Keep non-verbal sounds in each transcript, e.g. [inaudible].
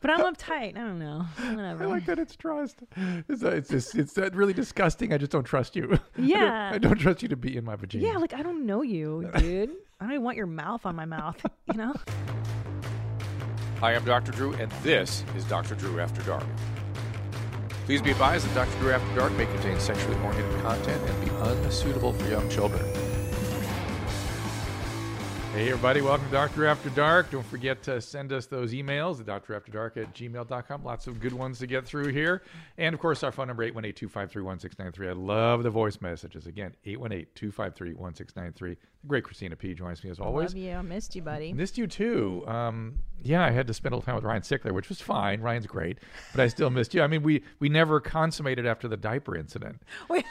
But I'm uptight. I don't know. [laughs] I Whatever. like that it's trust. It's uh, it's just, it's that really disgusting. I just don't trust you. [laughs] I don't- Yeah. I don't trust you to be in my vagina. yeah, like I don't know [laughs] you, dude. I don't even want your mouth on my mouth. You know? Hi, I'm Dr. Drew, and this is Dr. Drew After Dark. Please be advised that Dr. Drew After Dark may contain sexually oriented content and be unsuitable for young children. Hey, everybody, welcome to Doctor After Dark. Don't forget to send us those emails at drafterdark at gmail.com. Lots of good ones to get through here. And of course, our phone number, 818 253 1693. I love the voice messages. Again, 818 253 1693. The great Christina P joins me as always. Love you. I missed you, buddy. Missed you too. Um, yeah, I had to spend a little time with Ryan Sickler, which was fine. Ryan's great, but I still missed you. I mean, we we never consummated after the diaper incident. [laughs] [laughs] Wait.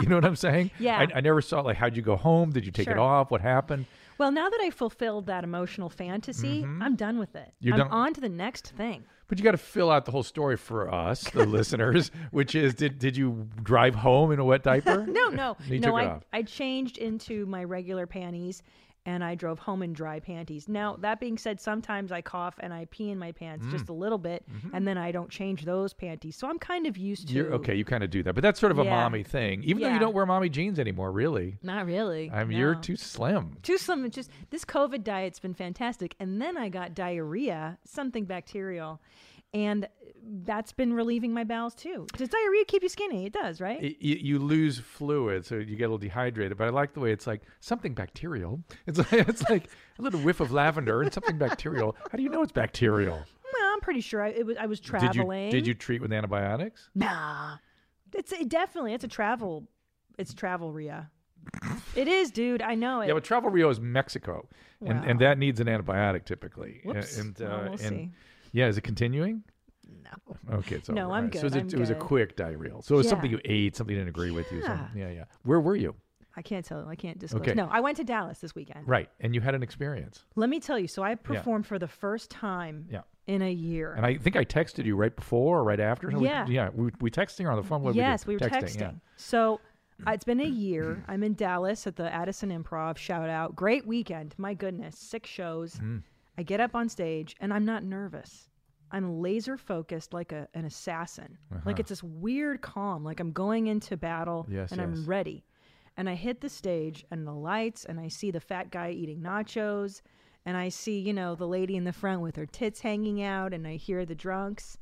you know what I'm saying? Yeah. I, I never saw like how'd you go home? Did you take it Sure. off? What happened? Well, now that I fulfilled that emotional fantasy, Mm-hmm. I'm done with it. You're I'm done- on to the next thing. But you got to fill out the whole story for us, [laughs] the listeners, which is did did you drive home in a wet diaper? [laughs] No, no, [laughs] You no. took it I off. I changed into my regular panties, and I drove home in dry panties. Now that being said, sometimes I cough and I pee in my Mm. pants just a little bit, and then I don't change those panties. So I'm kind of used to. Mm-hmm. You're, okay, you kind of do that, but that's sort of a Yeah. mommy thing. Even though you Yeah. don't wear mommy jeans anymore, really. Not really. I mean, you're no. too slim. Too slim. It's just this COVID diet's been fantastic. And then I got diarrhea, something bacterial, and that's been relieving my bowels too. Does diarrhea keep you skinny? It does, right? Y- y- you lose fluid, so you get a little dehydrated. But I like the way it's like something bacterial. [laughs] It's like, it's like a little whiff of lavender and something bacterial. How do you know it's bacterial? well, I'm pretty sure I, it was. I was traveling. Did you did you treat with antibiotics? Nah. It's it definitely it's a travel it's travel Ria. it is, dude. I know it. Yeah, but Travel Rio is Mexico, and, and that needs an antibiotic typically. A- Whoops. And, uh, Well, we'll and- see. Yeah, is it continuing? no. Okay, it's No, over. I'm All right. So it was, good, a, I'm it was a good. quick diarrheal. So it was Yeah. something you ate, something didn't agree with you. something- yeah, yeah. Where were you? I can't tell. I can't disclose. Okay. No, I went to Dallas this weekend. Right, and you had an experience. Let me tell you. So I performed for the first time Yeah. in a year. And I think I texted you right before or right after. So we- Yeah. yeah. We, we texting on the phone. What did yes, we, we, do? were texting. texting. yeah. So uh, it's been a [clears throat] year. I'm in Dallas at the Addison Improv. Shout out. Great weekend. My goodness. Six shows. Mm. I get up on stage and I'm not nervous. I'm laser focused like a, an assassin. Uh-huh. Like it's this weird calm. Like I'm going into battle Yes, and I'm yes. ready. And I hit the stage and the lights and I see the fat guy eating nachos and I see, you know, the lady in the front with her tits hanging out and I hear the drunks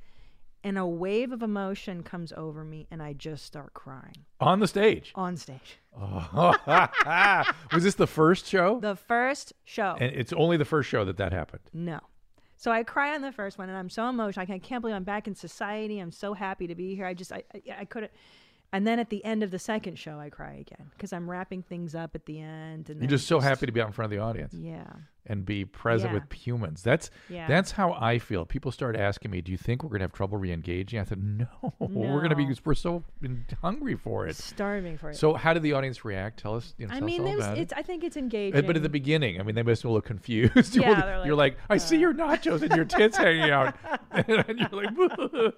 and a wave of emotion comes over me and I just start crying On the stage. [laughs] on stage. Was this the first show? The first show. and it's only the first show that that happened. No. So I cry on the first one, and I'm so emotional. I can't- can't believe I'm back in society. I'm so happy to be here. I just, I, I, I couldn't. And then at the end of the second show, I cry again because I'm wrapping things up at the end. And then You're just so happy to be out in front of the audience Yeah. and be present Yeah. with humans. That's Yeah. that's how I feel. People start asking me, "Do you think we're going to have trouble reengaging?" I said, "No, we're going to be. No. We're so hungry for it." Starving for it. So, how did the audience react? Tell us. You know, I tell us mean, all it was, about it's, I think it's Uh, engaging. But at the beginning, I mean, they must have looked confused. [laughs] Yeah, You're- they're like, uh, you're like, I see your nachos and your tits [laughs] hanging out, [laughs] and you're like, [laughs] "Woo."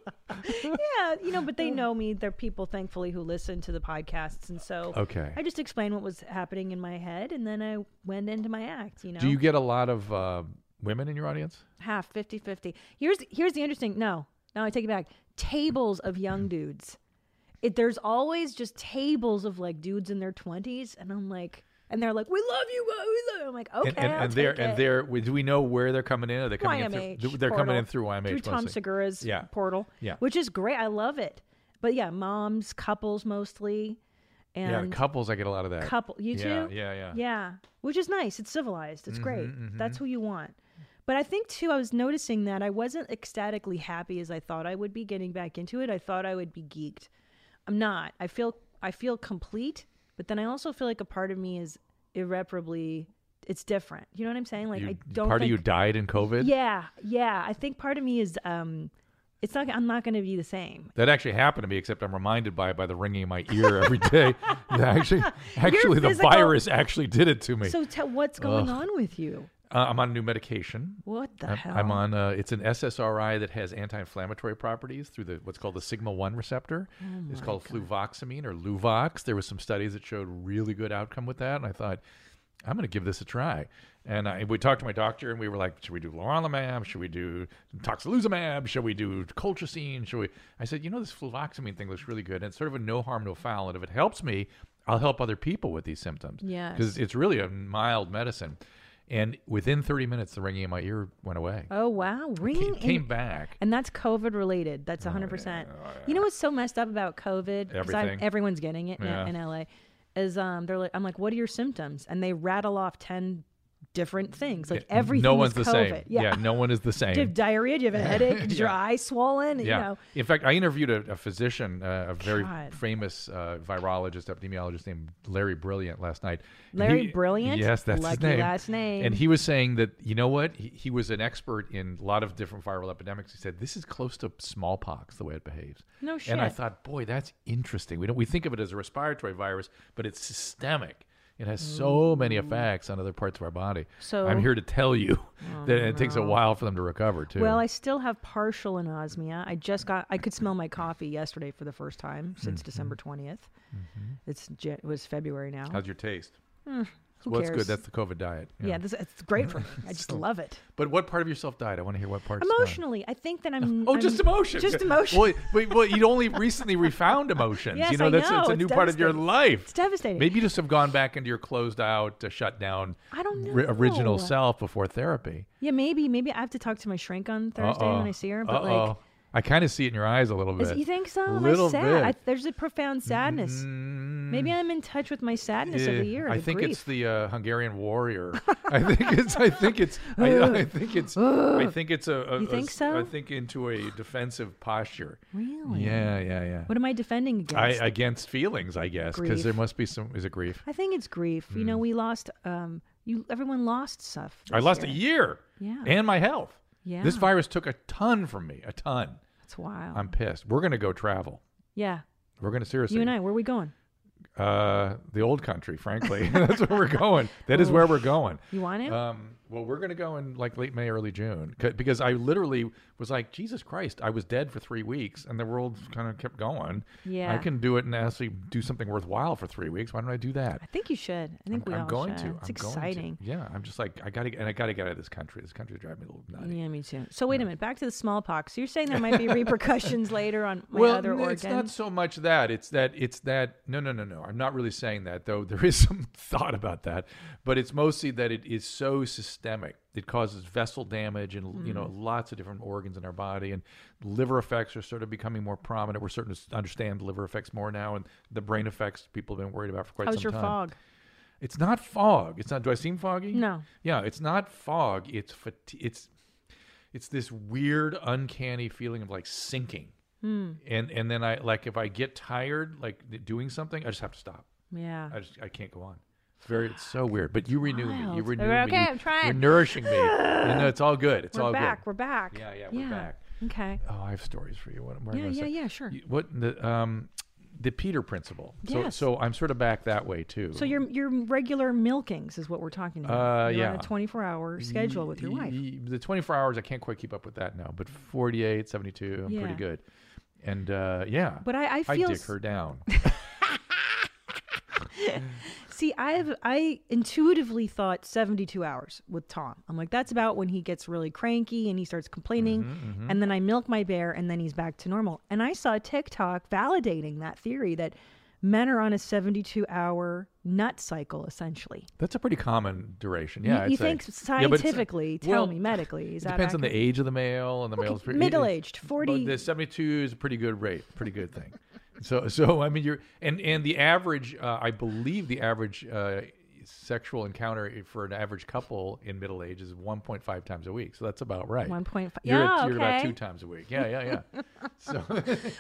yeah, you know, but they Uh. know me. They're people, thankfully, who listen to the podcasts, and so Okay. I just explained what was happening in my head, and then I went into my act. You know, Do you get a lot of uh, women in your audience? half 50 50 here's here's the interesting no no i take it back tables of Mm-hmm. young dudes it, there's always just tables of like dudes in their 20s and i'm like and they're like we love you uh, we love you." i'm like okay and and, I'll and they're take and it." they're we- do we know where they're coming in? Are they coming in YMH through? They're coming in through portal, YMH. through Tom mostly. Segura's Yeah. portal, Yeah. which is great. I love it. But yeah, moms, couples mostly, and Yeah, the couples. I get a lot of that. couple you Yeah, Mm-hmm, two yeah, yeah. which is nice it's civilized it's great that's who you want but i think too i was noticing that i wasn't ecstatically happy as i thought i would be getting back into it i thought i would be geeked i'm not i feel i feel complete but then i also feel like a part of me is irreparably it's different you know what i'm saying like You- i don't part think, of you died in COVID. yeah yeah i think part of me is um it's not i'm not going to be the same That actually happened to me, except I'm reminded by it by the ringing in my ear every [laughs] day. That actually, actually, the physical- virus actually did it to me. so tell what's going on with you uh, I'm on new medication. what the I'm, hell I'm on. Uh, it's an SSRI that has anti-inflammatory properties through the what's called the sigma one receptor. it's called fluvoxamine or Luvox. There was some studies that showed really good outcome with that, and I thought I'm going to give this a try. And I, we talked to my doctor, and we were like, "Should we do lorazepam? Should we do toxilizumab? Should we do colchicine? Should we?" I said, "You know, this fluvoxamine thing looks really good, and it's sort of a no harm, no foul. And if it helps me, I'll help other people with these symptoms. Yes. because it's really a mild medicine." And within 30 minutes, the ringing in my ear went away. Oh wow, It ringing came in- back. Oh, and that's COVID related. That's 100. percent You know what's so messed up about COVID? 'Cause I'm- Everything. Everyone's getting it Yeah. now in LA. Is um, they're like, I'm like, what are your symptoms? And they rattle off 10 different things. Like everything. no is one's the COVID. same. Yeah. no one is the Do you have same. diarrhea? Do you have a [laughs] headache? Is your eye swollen? You Yeah. know. In fact, I interviewed a, a physician, uh, a very God. famous uh, virologist, epidemiologist named Larry Brilliant last night. And Larry he- Brilliant? Yes, that's his Lucky name. last name. And he was saying that you know what? He, he was an expert in a lot of different viral epidemics. He said this is close to smallpox the way it behaves. No And I shit. thought, boy, that's interesting. We don't we think of it as a respiratory virus, but it's systemic. It has so many effects on other parts of our body. So- Oh, I'm here to tell you that it takes a while for them to recover too. Well, I still have partial anosmia. I just got. I could smell my coffee yesterday for the first time Mm-hmm. since December 20th. It's It's Jan- it was February now. How's your taste? Who well, cares? it's good. That's the COVID diet. yeah. this, it's great [laughs] for me. I just love it. But what part of yourself died? I want to hear what part. Emotionally, I think that I'm. [laughs] Oh, I'm- just emotion. Just emotion. Well, well, well, you'd only [laughs] recently refound emotions. Yes, you know, I that's know. It's a It's new part of your devastating. life. it's devastating. Maybe you just have gone back into your closed out, uh, shut down I don't know. ri- original self before therapy. Yeah, maybe. Maybe I have to talk to my shrink on Thursday Uh-oh. when I see her. But Uh-oh. like, I kind of see it in your eyes a little bit. is, you think so? Am I Little sad? I, bit. Mm-hmm. there's a profound sadness. Maybe I'm in touch with my sadness of Mm, Yeah, the year. I the think grief. it's the uh, [laughs] Hungarian warrior. I think it's. I think it's. I, I think it's. [gasps] I think it's a. a You a think s- so? I think into a defensive posture. really. Yeah, yeah, yeah. What am I defending against? I, against feelings, I guess, Grief. because there must be some. Is it grief? I think it's grief. You know, we lost. Um, you everyone lost stuff. Mm. I this lost a year. year. Yeah. And my health. Yeah, This virus took a ton from me. A ton. That's wild. I'm pissed. We're gonna go travel. yeah, We're gonna seriously. you and I. Where are we going? Uh, the old country, frankly. [laughs] That's where we're going. That is where we're going. You want to? Um, well, we're going to go in like late May, early June, 'Cause- because I literally was like, Jesus Christ, I was dead for three weeks, and the world kind of kept going. I Yeah. can do it and actually do something worthwhile for three weeks. Why don't I do that? I think you should. I think we I'm all going should. to. It's I'm going to. exciting. Yeah, I'm just like I got to, and I got to get out of this country. This country's driving me a little nutty. Yeah, me too. So wait a minute. Back to the smallpox. So you're saying there [laughs] might be repercussions later on my well, other n- organ? it's not so much that. It's that. It's that. No, no, no, no. I'm not really saying that, though. [laughs] There is some thought about that, but it's mostly that it is so systemic. It causes vessel damage and you Hmm. know lots of different organs in our body, and liver effects are sort of becoming more prominent. We're starting to s- understand liver effects more now, and the brain effects people have been worried about for quite How's some your time. fog? It's not fog. It's not. Do I seem foggy? No. Yeah, it's not fog. It's fati- It's it's this weird, uncanny feeling of like sinking. Hmm. And and then I like if I get tired, like doing something, I just have to stop. Yeah. I just I can't go on. It's very. It's so weird. But you renew me. You wild. renew Okay, me. I'm trying. You're [laughs] nourishing me. and it's all good. It's we're all back. good. We're back. Yeah, yeah, we're back. Okay. Oh, I have stories for you. What, what am I Yeah, gonna yeah, say? yeah. Sure. You- What the um the Peter principle. Yes. So so I'm sort of back that way too. so your your regular milkings is what we're talking about. Uh, You're on yeah. a 24 hour schedule with your Y- wife. y- The 24 hours, I can't quite keep up with that now, but 48, 72, I'm pretty Yeah. good. And uh, yeah, But I, I I feel dig [laughs] her down. See, I've I intuitively thought 72 hours with Tom. I'm like that's about when he gets really cranky and he starts complaining Mm-hmm, and then I milk my bear and then he's back to normal. And I saw TikTok validating that theory that men are on a 72 hour nut cycle essentially. That's a pretty common duration. You- Yeah, I'd you say. think Yeah, but it's- uh, scientifically, tell well, me medically, is It that depends on the accurate? age of the male and the male's pre- middle-aged, but 40 The 72 is a pretty good rate, pretty good thing. [laughs] so so I mean you're and and the average uh, I believe the average uh, sexual encounter for an average couple in middle age is 1.5 times a week. So that's about right. 1.5 You're, at, Yeah, you're about okay. two times a week. Yeah, yeah, [laughs] yeah. so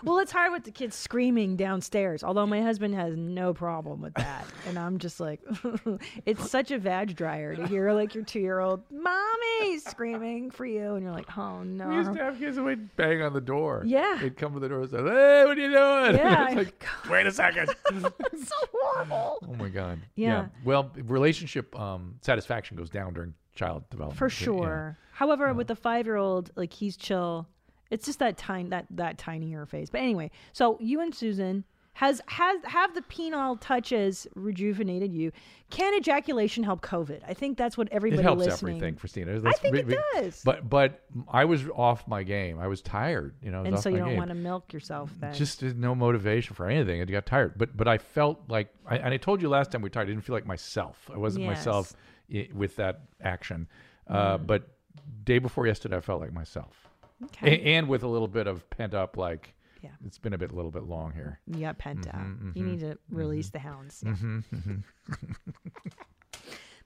Well, it's hard with the kids screaming downstairs, although my husband has no problem with that. And I'm just like, [laughs] it's such a vag dryer to hear like your two year old mommy screaming for you. And you're like, oh We used no. to have kids that would bang on the door. Yeah. They'd come to the door and say, Hey, what are you doing? Yeah. [laughs] it's like, wait a second. [laughs] It's so horrible. oh my God. Yeah. Well, relationship um, satisfaction goes down during child development. For Yeah, yeah. sure. However, with the five year old, like he's chill. It's just that tiny that that tinier phase. But anyway, so you and Susan Has has have the penile touches rejuvenated you? Can ejaculation help COVID? I think that's what everybody It helps listening. everything, Christina. I That's think re- it re- does. But but I was off my game. I was tired. You know, I was and off so you my don't game. Mm, want to milk yourself then. just did no motivation for anything. I got tired, but but I felt like, I, and I told you last time we talked, I didn't feel like myself. I wasn't Yes. Mm. myself i- with that action. Uh, But day before yesterday, I felt like myself, A- okay. and with a little bit of pent up, like Yeah. it's been a bit, little bit long here. you got pent Mm-hmm, up. You need to release the hounds. [laughs]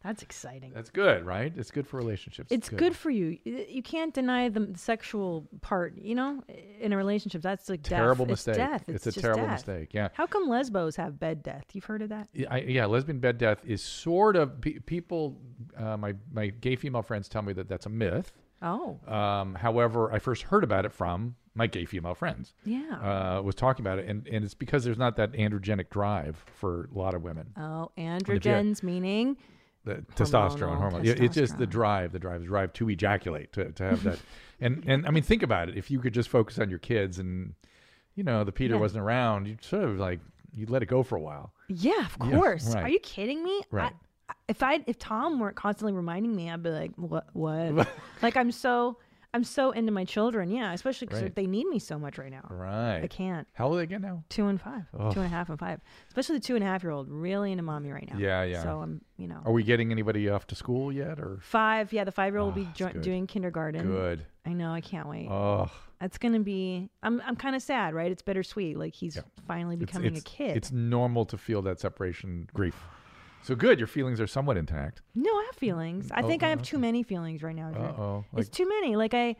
That's exciting. mm-hmm. That's good, right? It's good for relationships. It's good. for you. Y- You can't deny the sexual part, you know, in a relationship. That's like Terrible death. mistake. It's death. It's It's, a just terrible death. mistake, yeah. How come lesbos have bed death? You've heard of that? Yeah, I, yeah, lesbian bed death is sort of pe- people. Uh, my my gay female friends tell me that that's a myth. Oh, Um, however, I first heard about it from my gay female friends. yeah. uh, was talking about it, and, and it's because there's not that androgenic drive for a lot of women. oh, if you- androgens meaning The testosterone, hormone. Yeah, It's just the testosterone. drive, the drive, the drive to ejaculate, to, to [laughs] have that. and and I mean, think about it. If you could just focus on your kids, and you know the Peter Yeah. wasn't around, you'd sort of like you'd let it go for a while. Yeah, of Yeah, course. Are right. you kidding me? Right. I, I- if I if Tom weren't constantly reminding me, I'd be like, what? [laughs] What? like I'm so I'm so into my children. Yeah, especially because Right. they need me so much right now. Right. I can't. How old are they again now? Two and five, two and a half and five. Especially the two and a half year old, really into mommy right now. Yeah, yeah. Oh. So I'm, you know, Are we getting anybody off to school yet? Or five. Yeah, the five year old will be Ah, that's jo- good. doing kindergarten. good. I know. I can't wait. Oh, That's gonna be. I'm. I'm kind of sad, right? It's bittersweet. Like he's finally it's, becoming it's- a kid. It's normal to feel that separation grief. So good, your feelings are somewhat intact. No, I have feelings. I Oh, think I oh, have too many feelings right now. Drew. Uh-oh, It's like- too many. Like I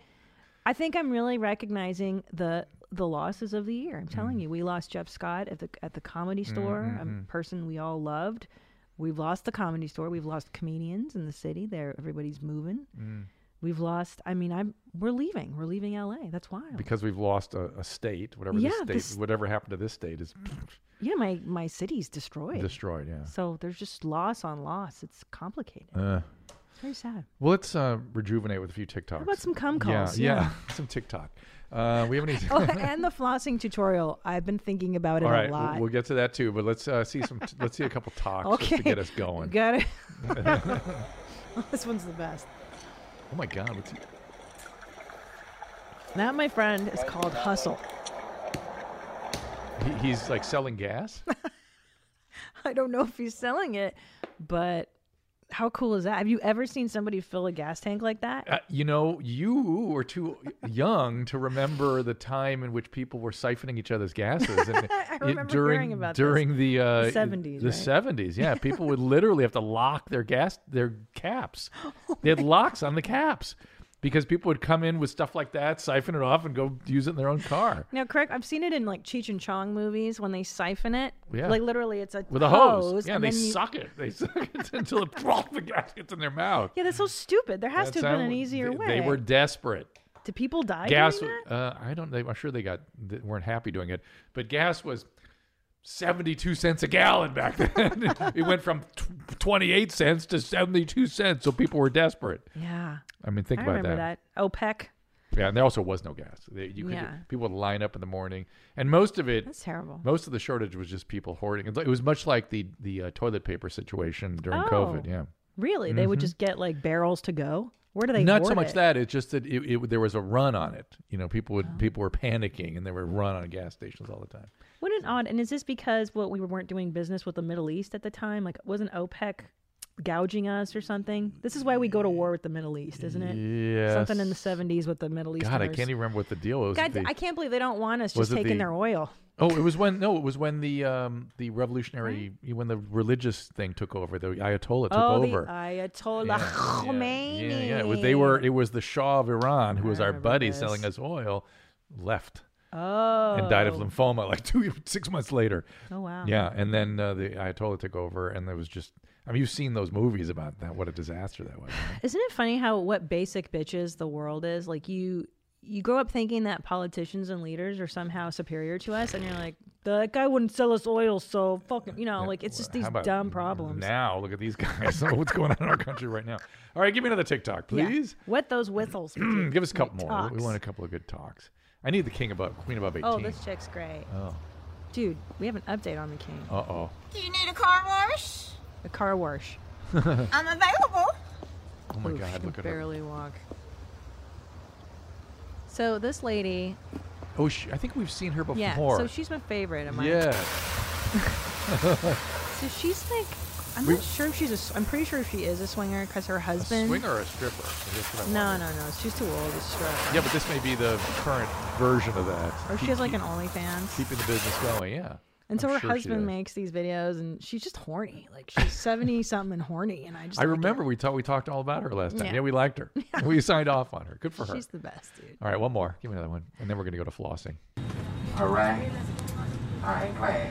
I think I'm really recognizing the the losses of the year. I'm telling Mm. you, we lost Jeff Scott at the at the comedy store, a person we all loved. We've lost the comedy store. We've lost comedians in the city. There everybody's moving. mm, We've lost I mean, I'm we're leaving. We're leaving LA. That's wild. because we've lost a, a state, whatever Yeah, this state, this- Mm, whatever happened to this state is yeah, my my city's destroyed. destroyed. Yeah. so there's just loss on loss. It's complicated. Uh, It's very sad. well, let's uh, rejuvenate with a few TikToks. How about some cum calls? Yeah, yeah, [laughs] some TikTok. Uh, we haven't. [laughs] [laughs] oh, and the flossing tutorial. I've been thinking about it All right, Oh, a we'll- lot. we'll get to that too, but let's uh, see some. let's see a [laughs] couple talks just to get us going. Got it. [laughs] [laughs] this one's the best. Oh my God, what's That, my friend, is called hustle. he, he's like selling gas. I don't know if he's selling it, but how cool is that? Have you ever seen somebody fill a gas tank like that? Uh, you know, you were too young to remember the time in which people were siphoning each other's gases. And [laughs] it- remember during, hearing about this. during the uh, The 70s, The right? [laughs] seventies, yeah. People would literally have to lock their gas, their caps. [laughs] Oh they had locks on the caps because people would come in with stuff like that, siphon it off, and go use it in their own car. Now, Craig, I've seen it in like Cheech and Chong movies when they siphon it. Yeah. Like literally, it's a With a hose, yeah, and they then you- suck it. They [laughs] suck it until it, [laughs] the gas gets in their mouth. Yeah, that's so stupid. There has That's to have been how- an easier they- way. They were desperate. Did people die? gas doing was- that? uh, i don't they, i'm sure they got they weren't happy doing it but gas was 72 cents a gallon back then [laughs] it went from tw 28 cents to 72 cents so people were desperate Yeah, i mean think I about remember that. OPEC. yeah and there also was no gas they, you could, Yeah. people would line up in the morning and most of it That's terrible. most of the shortage was just people hoarding it was much like the the uh, toilet paper situation during Oh. covid yeah Really? They would just get like barrels to go? Where do they Mm-hmm. not so hoard much it? that it's just that it, it, there was a run on it you know people Oh. would people were panicking and there were run on gas stations all the time What an odd. And is this because what we weren't doing business with the Middle East at the time? Like wasn't OPEC gouging us or something? This is why we go to war with the Middle East, isn't it? yeah Something in the 70s with the Middle East. God, I can't even remember what the deal was. God, The- I can't believe they don't want us Was just it taking the- their oil. oh, it was when no, it was when the um the revolutionary when the religious thing took over. The Ayatollah took oh, over. the Ayatollah yeah, Khomeini. yeah, yeah. It was, they were. It was the Shah of Iran, who was our remember buddy this. selling us oil, left Oh. and died of lymphoma like two six months later. Oh, wow. Yeah, and then uh, the Ayatollah took over, and there was just. I mean, you've seen those movies about that. What a disaster that was. right? Isn't it funny how what basic bitches the world is? Like you you grow up thinking that politicians and leaders are somehow superior to us and you're like, that guy wouldn't sell us oil, so fucking you know, like it's just How these about dumb problems. Now look at these guys. [laughs] What's going on in our country right now? All right, give me another TikTok, Yeah. please. Wet those [clears throat] whistles. with Mm, you. Give us a couple Like more. We- We talks. want a couple of good talks. I need the king above, queen above eighteen. Oh, this chick's great. Oh. Dude, we have an update on the king. Uh oh. Do you need a car wash? A car wash. I'm available. Oh my Oof, she God! can Look at her. barely walk. So this lady, Oh, sh I think we've seen her before. yeah. So she's my favorite. Am I? yeah. So she's like, I'm We- not sure if she's a. s- I'm pretty sure she is a swinger because her A husband. swinger or a stripper? I guess what I No, wondered. no, no. She's too old. It's strong. Yeah, but this may be the current version of that. Or she Keep- has like keep- an OnlyFans. keeping the business going. Yeah. and so I'm her sure she husband does. makes these videos, and she's just horny. Like she's seventy something and horny, and I just. I like it. remember we talked we talked all about her last time. [laughs] Yeah, Yeah. we liked her. we signed off on her. Good for her. She's the best, dude. All right, one more. Give me another one, and then we're gonna go [laughs] to flossing. Hooray. I ain't glad.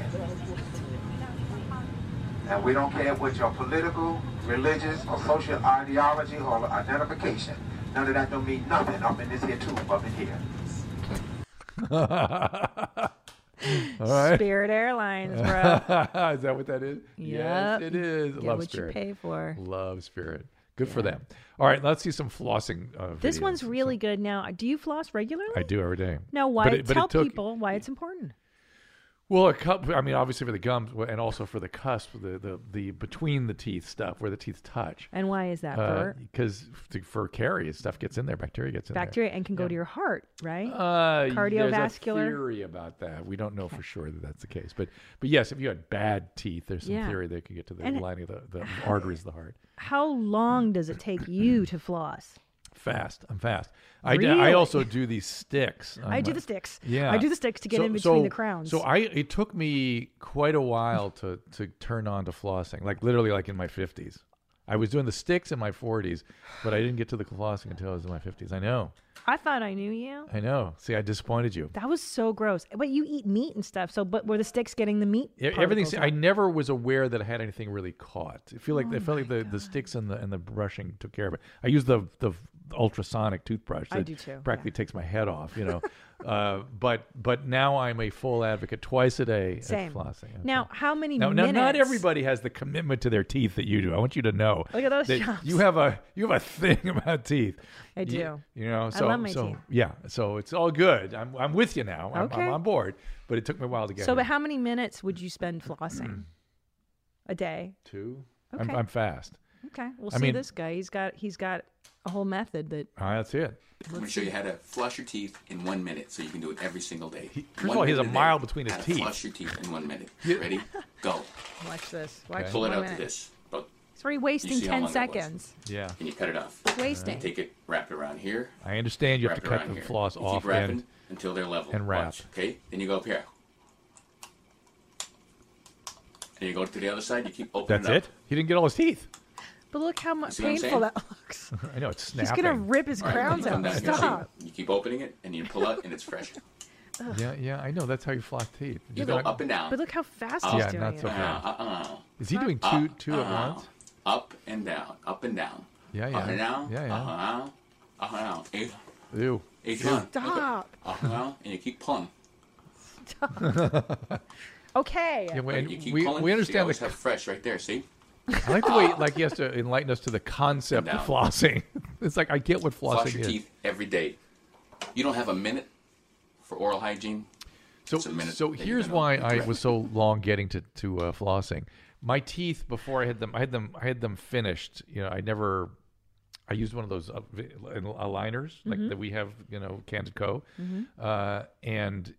And we don't care what your political, religious, or social ideology or identification. None of that don't mean nothing up in this here tube up in here. All right. [laughs] Spirit Airlines, bro. is that what that is? Yep. Yes, it is. Get Love what spirit. you pay for. Love spirit. Good for them. All right, let's see some flossing. Uh, This videos. one's really good. Now, uh, do you floss regularly? I do every day. Now, why But it- but it tell took- people why it's important? Well, a cup. I mean, obviously for the gums and also for the cusp, the the, the between the teeth stuff where the teeth touch. And why is that? Uh, Bert? Because for caries, stuff gets in there. Bacteria gets in there. bacteria and can go to your heart, right? Uh, There's Cardiovascular? a theory about that. We don't know for sure that that's the case, but but yes, if you had bad teeth, there's some Yeah. theory they could get to the And- lining of the, the arteries of the heart. How long does it take you to floss? Fast, I'm fast. I d- I Really? also do these sticks. on I do my- the sticks. Yeah, I do the sticks to get So- in between so- the crowns. So I it took me quite a while to to turn on to flossing, like literally like in my fifties. I was doing the sticks in my forties, but I didn't get to the flossing until I was in my fifties. I know, I thought I knew you. I know. See, I disappointed you. That was so gross. But you eat meat and stuff. So, but were the sticks getting the meat? Yeah, particles E-, everything's out? I never was aware that I had anything really caught. I feel like Oh I felt like the, the sticks and the and the brushing took care of it. I use the the ultrasonic toothbrush. I that do too, yeah. Practically takes my head off, you know. [laughs] uh, but but now I'm a full advocate twice a day at Same. flossing. Okay. Now, how many Now, now, minutes? not everybody has the commitment to their teeth that you do. I want you to know. Look at those that chops. You have a you have a thing [laughs] about teeth. I You- do. You, know, so love my so teeth. yeah, so it's all good. I'm I'm with you now. I'm, Okay. I'm on board. But it took me a while to get So, here. but how many minutes would you [clears throat] spend flossing a day? two. I'm, Okay. I'm fast. Okay, we'll I see mean- this guy. He's got he's got a whole method that All right, that's it. I'm gonna show you how to flush your teeth in one minute, so you can do it every single day. first of One all, he has a minute day, mile between his how to teeth. Flush your teeth in one minute. Ready? [laughs] Go. watch this. Watch Pull it one out to minute. this. Go. It's already wasting see how ten long that was. seconds. Yeah, And you cut it off. Wasting. Take it, wrap it around here. I understand you have Wrap to it around cut the here. floss You off Keep wrapping and until they're level. and wrap. Watch, okay. Then you go up here. And you go to the other side. You keep opening that's it. it. up. He didn't get all his teeth. [laughs] But look how much see what I'm painful saying? that looks. I know it's He's snapping. gonna rip his All right, crowns you come out. down here, see? Stop. You keep opening it, and you pull out, and it's fresh. Yeah, yeah, I know. That's how you floss teeth. You You're go not- up and down. But look how fast Yeah, he's doing not it. so Uh, fast. uh, uh. Is he doing two two at Uh-huh. once? Up and down, up and down. Yeah, Up yeah. and down. Uh-huh. Yeah, yeah. Up and down. Up and down. Eighth, Ew. eighth one. Stop. Up and down, and you keep pulling. Okay. Yeah, we, you keep we, pulling. so we you understand always the. have fresh right there. See? I like the way like he has to enlighten us to the concept of down. flossing. [laughs] It's like I get what flossing Floss your is. teeth every day. You don't have a minute for oral hygiene. So, It's a minute so that you're here's gonna why I regret. was so long getting to to uh, flossing. My teeth before I had them, I had them, I had them finished. You know, I never. I used one of those uh, vi- aligners like that we have, you know, Candid Co. Uh, and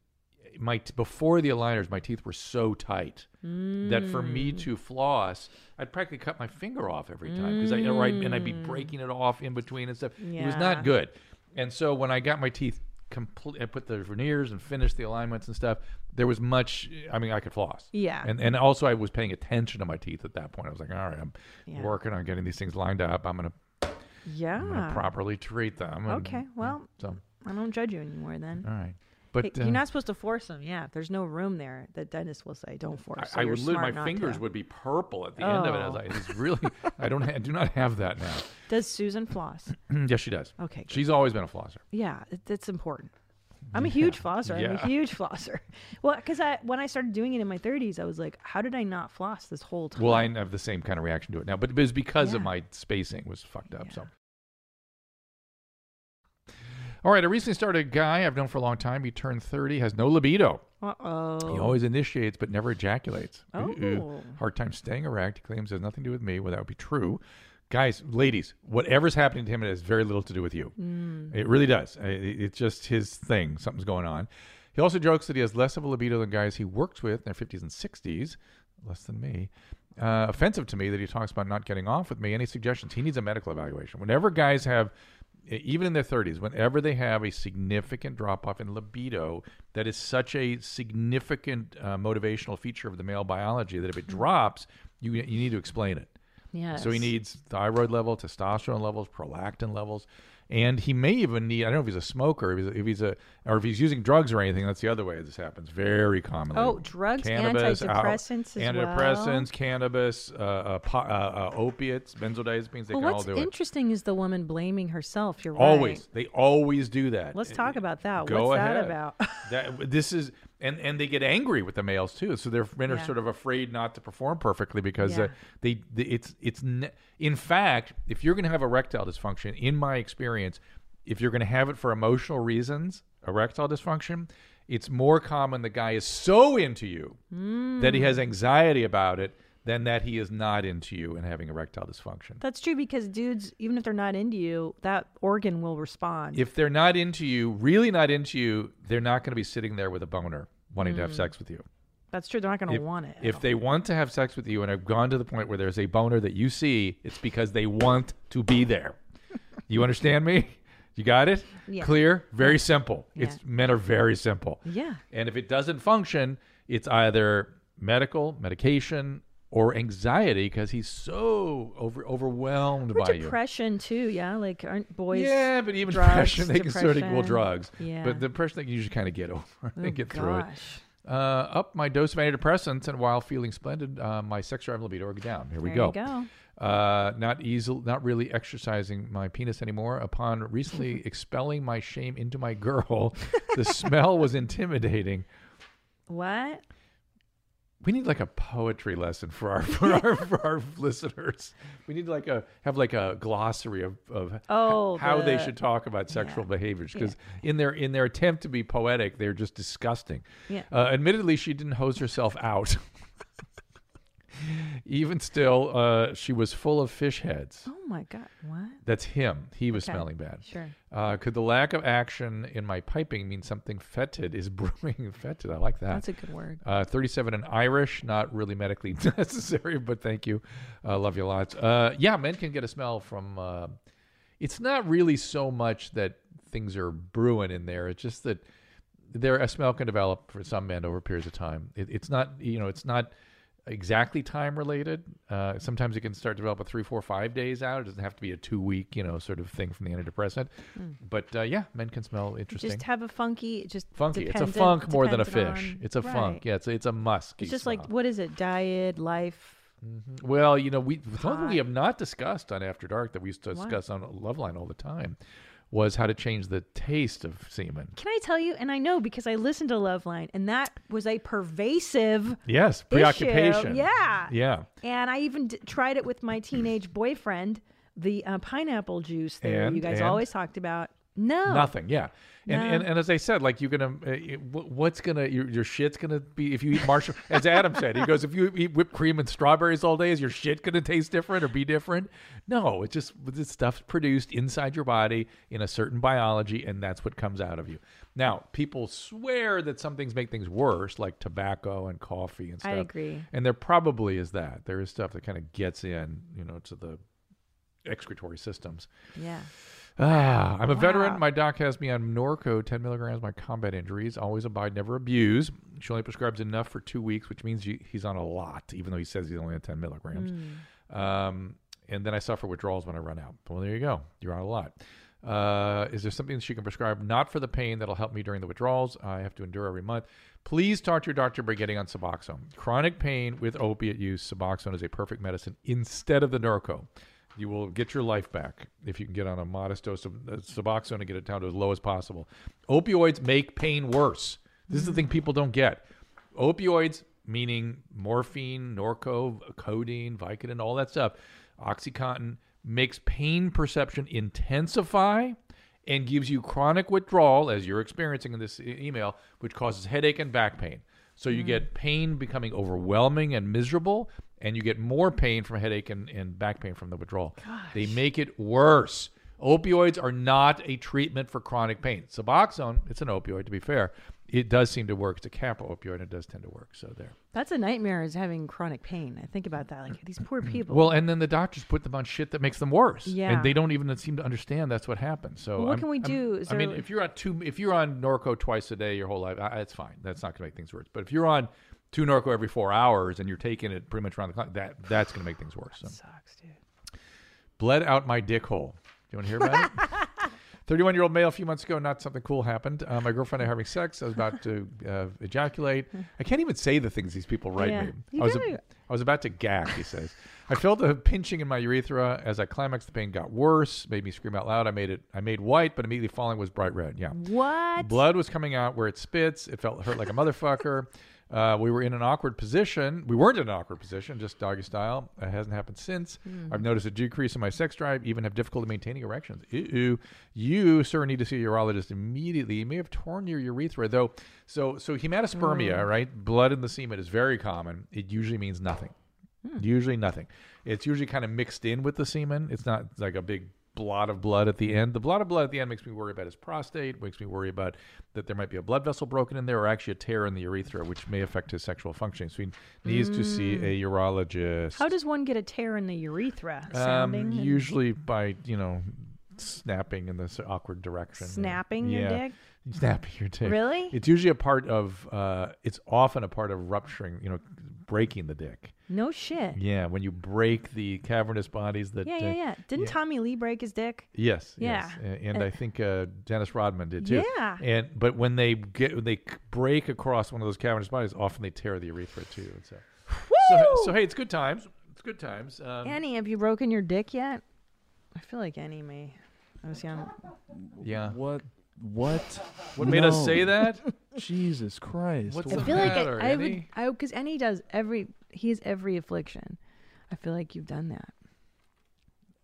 my t- before the aligners, my teeth were so tight that for me to floss, I'd practically cut my finger off every time because I right and I'd be breaking it off in between and stuff. It was not Yeah. good. And so when I got my teeth complete, I put the veneers and finished the alignments and stuff. There was much. I mean, I could floss. Yeah. And and also I was paying attention to my teeth at that point. I was like, all right, I'm Yeah. working on getting these things lined up. I'm gonna, Yeah. I'm gonna properly treat them. and- Okay. Well, So I don't judge you anymore then. all right. But Hey, uh, you're not supposed to force them. Yeah. If there's no room there, the dentist will say, "Don't force." so I you're would literally smart my not fingers to. would be purple at the end of it. I was Oh. like, [laughs] it's really I don't ha- do not have that now. [clears throat] Does Susan [laughs] floss? yes, she does. Okay, good. she's always been a flosser. Yeah, it- that's important. I'm a huge flosser. I'm Yeah. a huge flosser. [laughs] Well, because I when I started doing it in my 30s, I was like, how did I not floss this whole time? Well, I have the same kind of reaction to it now, but it was because of Yeah. my spacing was fucked up. So. All right, I recently started a guy I've known for a long time. He turned 30, has no libido. Uh oh. He always initiates but never ejaculates. Oh. Hard time staying erect. He claims it has nothing to do with me. Well, that would be true. Guys, ladies, whatever's happening to him, it has very little to do with you. It really does. I- it- It's just his thing. Something's going on. He also jokes that he has less of a libido than guys he works with in their 50s and 60s, less than me. Uh, offensive to me that he talks about not getting off with me. Any suggestions? He needs a medical evaluation. Whenever guys have e, even in their 30s, whenever they have a significant drop off in libido, that is such a significant uh, motivational feature of the male biology that if it drops, you you need to explain it. Yes. So he needs thyroid level, testosterone levels, prolactin levels, and he may even need. I don't know if he's a smoker, if he's a, if he's a or if he's using drugs or anything. That's the other way this happens very commonly. Oh, drugs, al- antidepressants as well. antidepressants, cannabis, uh, uh, po- uh, uh, opiates, benzodiazepines. They Well, can all what's do it. interesting is the woman blaming herself. You're Always, right. they always do that. Let's It- talk about that. Go What's ahead. that about? [laughs] that this is and and they get angry with the males too. So they're men are Yeah. sort of afraid not to perform perfectly because uh, Yeah. they, they it's it's ne- in fact if you're going to have erectile dysfunction, in my experience, if you're going to have it for emotional reasons, erectile dysfunction. It's more common the guy is so into you that he has Hmm. anxiety about it than that he is not into you and having erectile dysfunction. That's true because dudes, even if they're not into you, that organ will respond. if they're not into you, really not into you, they're not going to be sitting there with a boner wanting Mm. to have sex with you. That's true. They're not going to want it. If they want to have sex with you and have gone to the point where there's a boner that you see, it's because they want to be [laughs] there. you understand me? You got it? Yeah. Clear? Very simple. It's Yeah. men are very simple. Yeah. And if it doesn't function, it's either medical, medication, or anxiety because he's so over overwhelmed Or by you. depression too. Yeah, like aren't boys? Yeah, but even drugs, depression, they can sort of well depression. drugs. Yeah. But depression they can usually kind of get [laughs] over. they Oh, get through it. gosh. Uh, up my dose of antidepressants, and while feeling splendid, uh, my sex drive and libido are down. Here we There go. you go. Uh, not easy, not really exercising my penis anymore. Upon [laughs] recently expelling my shame into my girl, the smell was intimidating. What? We need like a poetry lesson for our for our for our listeners. We need like a have like a glossary of of h- Oh, how they the- should talk about sexual behaviors because in their in their attempt to be poetic, they're just disgusting. Yeah. Uh, admittedly, she didn't hose herself out. [laughs] Even still, uh, she was full of fish heads. Oh my god. What? That's him. He was Okay. smelling bad. Sure. Uh, could the lack of action in my piping mean something fetid is [laughs] brewing? fetid. I like that. That's a good word. Uh, 37 and Irish, not really medically [laughs] necessary, but thank you. Uh, love you lots. Uh, yeah, men can get a smell from. Uh, it's not really so much that things are brewing in there. It's just that there a smell can develop for some men over periods of time. It, it's not you know it's not exactly time related. Uh, sometimes it can start to develop a three, four, five days out. It doesn't have to be a two week you know sort of thing from the antidepressant. But uh, yeah, men can smell interesting. Just have a funky. Just Funky. it's dependent- a funk more than a dependent fish. on- It's a funk. right. Yeah, it's a, it's a musk. It's just like what is it? Diet, life. well, you know, we something we Hot. have not discussed on After Dark that we used to discuss on Loveline all the time was how to change the taste of semen. Can I tell you? And I know because I listened to Loveline, and that was a pervasive Yes, preoccupation. Issue. Yeah. yeah. And I even d- tried it with my teenage boyfriend, the uh, pineapple juice there And- you guys and? always talked about. No. Nothing. Yeah. And, No. and and as I said, like you're gonna, uh, it- wh- what's gonna your, your shit's gonna be if you eat marshmallow. [laughs] as Adam said, he goes, if you eat whipped cream and strawberries all day, is your shit gonna taste different or be different? No, it's just this stuff's produced inside your body in a certain biology, and that's what comes out of you. Now, people swear that some things make things worse, like tobacco and coffee and stuff. I agree. And there probably is that. There is stuff that kind of gets in, you know, to the excretory systems. Yeah. Ah, I'm a Wow. veteran. My doc has me on Norco, 10 milligrams. My combat injuries always abide, never abuse. She only prescribes enough for two weeks, which means you, he's on a lot, even though he says he's only on 10 milligrams. Um, and then I suffer withdrawals when I run out. Well, there you go. You're on a lot. Uh, is there something she can prescribe, not for the pain, that'll help me during the withdrawals I have to endure every month? Please talk to your doctor about getting on Suboxone. Chronic pain with opiate use, Suboxone is a perfect medicine instead of the Norco. You will get your life back if you can get on a modest dose of uh, Suboxone and get it down to as low as possible. Opioids make pain worse. This is the thing people don't get. Opioids, meaning morphine, Norco, codeine, Vicodin, all that stuff, OxyContin, makes pain perception intensify and gives you chronic withdrawal, as you're experiencing in this e- email, which causes headache and back pain. So you get pain becoming overwhelming and miserable, and you get more pain from headache and, and back pain from the withdrawal. They make it worse. Opioids are not a treatment for chronic pain. Suboxone, it's an opioid to be fair. It does seem to work. It's a kappa opioid, and it does tend to work. So there. That's a nightmare is having chronic pain. I think about that. Like these poor people. Mm. Well, and then the doctors put them on shit that makes them worse. Yeah. And they don't even seem to understand that's what happens. So Well, what I'm- can we I'm- do? Is I mean, there- if you're on two, if you're on Norco twice a day your whole life, I, I- it's fine. That's not going to make things worse. But if you're on two Norco every four hours and you're taking it pretty much around the clock, that that's going to make things worse. So. Sucks, dude. Bled out my dick hole. Do you want to hear about [laughs] it? 31 year old male a few months ago, not something cool happened. Uh, my girlfriend and I were having sex. I was about to uh, ejaculate. I can't even say the things these people write Yeah. me. You I was, gotta- I was about to gag, he says. I felt a pinching in my urethra as I climaxed. The pain got worse, made me scream out loud. I made it, I made white, but immediately falling was bright red. Yeah. What? Blood was coming out where it spits. It felt hurt like a motherfucker. Uh, we were in an awkward position. We weren't in an awkward position, just doggy style. It hasn't happened since. I've noticed a decrease in my sex drive, even have difficulty maintaining erections. Ew. You, sir, need to see a urologist immediately. You may have torn your urethra, though. So, so hematospermia, right? Blood in the semen is very common. It usually means nothing. Hmm. Usually nothing. It's usually kind of mixed in with the semen. It's not like a big blot of blood at the end. The blot of blood at the end makes me worry about his prostate, makes me worry about that there might be a blood vessel broken in there or actually a tear in the urethra, which may affect his sexual functioning. So he needs to see a urologist. Hmm. How does one get a tear in the urethra? Sounding. um, and usually by, you know, snapping in this awkward direction. Snapping your yeah. dick? [laughs] Snapping your dick. Really? It's usually a part of, uh, it's often a part of rupturing, you know, breaking the dick. No shit. Yeah, when you break the cavernous bodies that. Yeah, uh, yeah, yeah. Didn't Tommy Lee break his dick? Yes. Yeah. Yes. A- And I think uh, Dennis Rodman did too. Yeah. And but when they get when they c- break across one of those cavernous bodies, often they tear the urethra too. And so. So, so hey, it's good times. It's good times. Um, Annie, have you broken your dick yet? I feel like Annie may. I was young. yeah. What? What? What made us say that? Jesus Christ! What's Wha- I feel like matter, I, I would. Annie? I because Annie does every. He has every affliction. I feel like you've done that.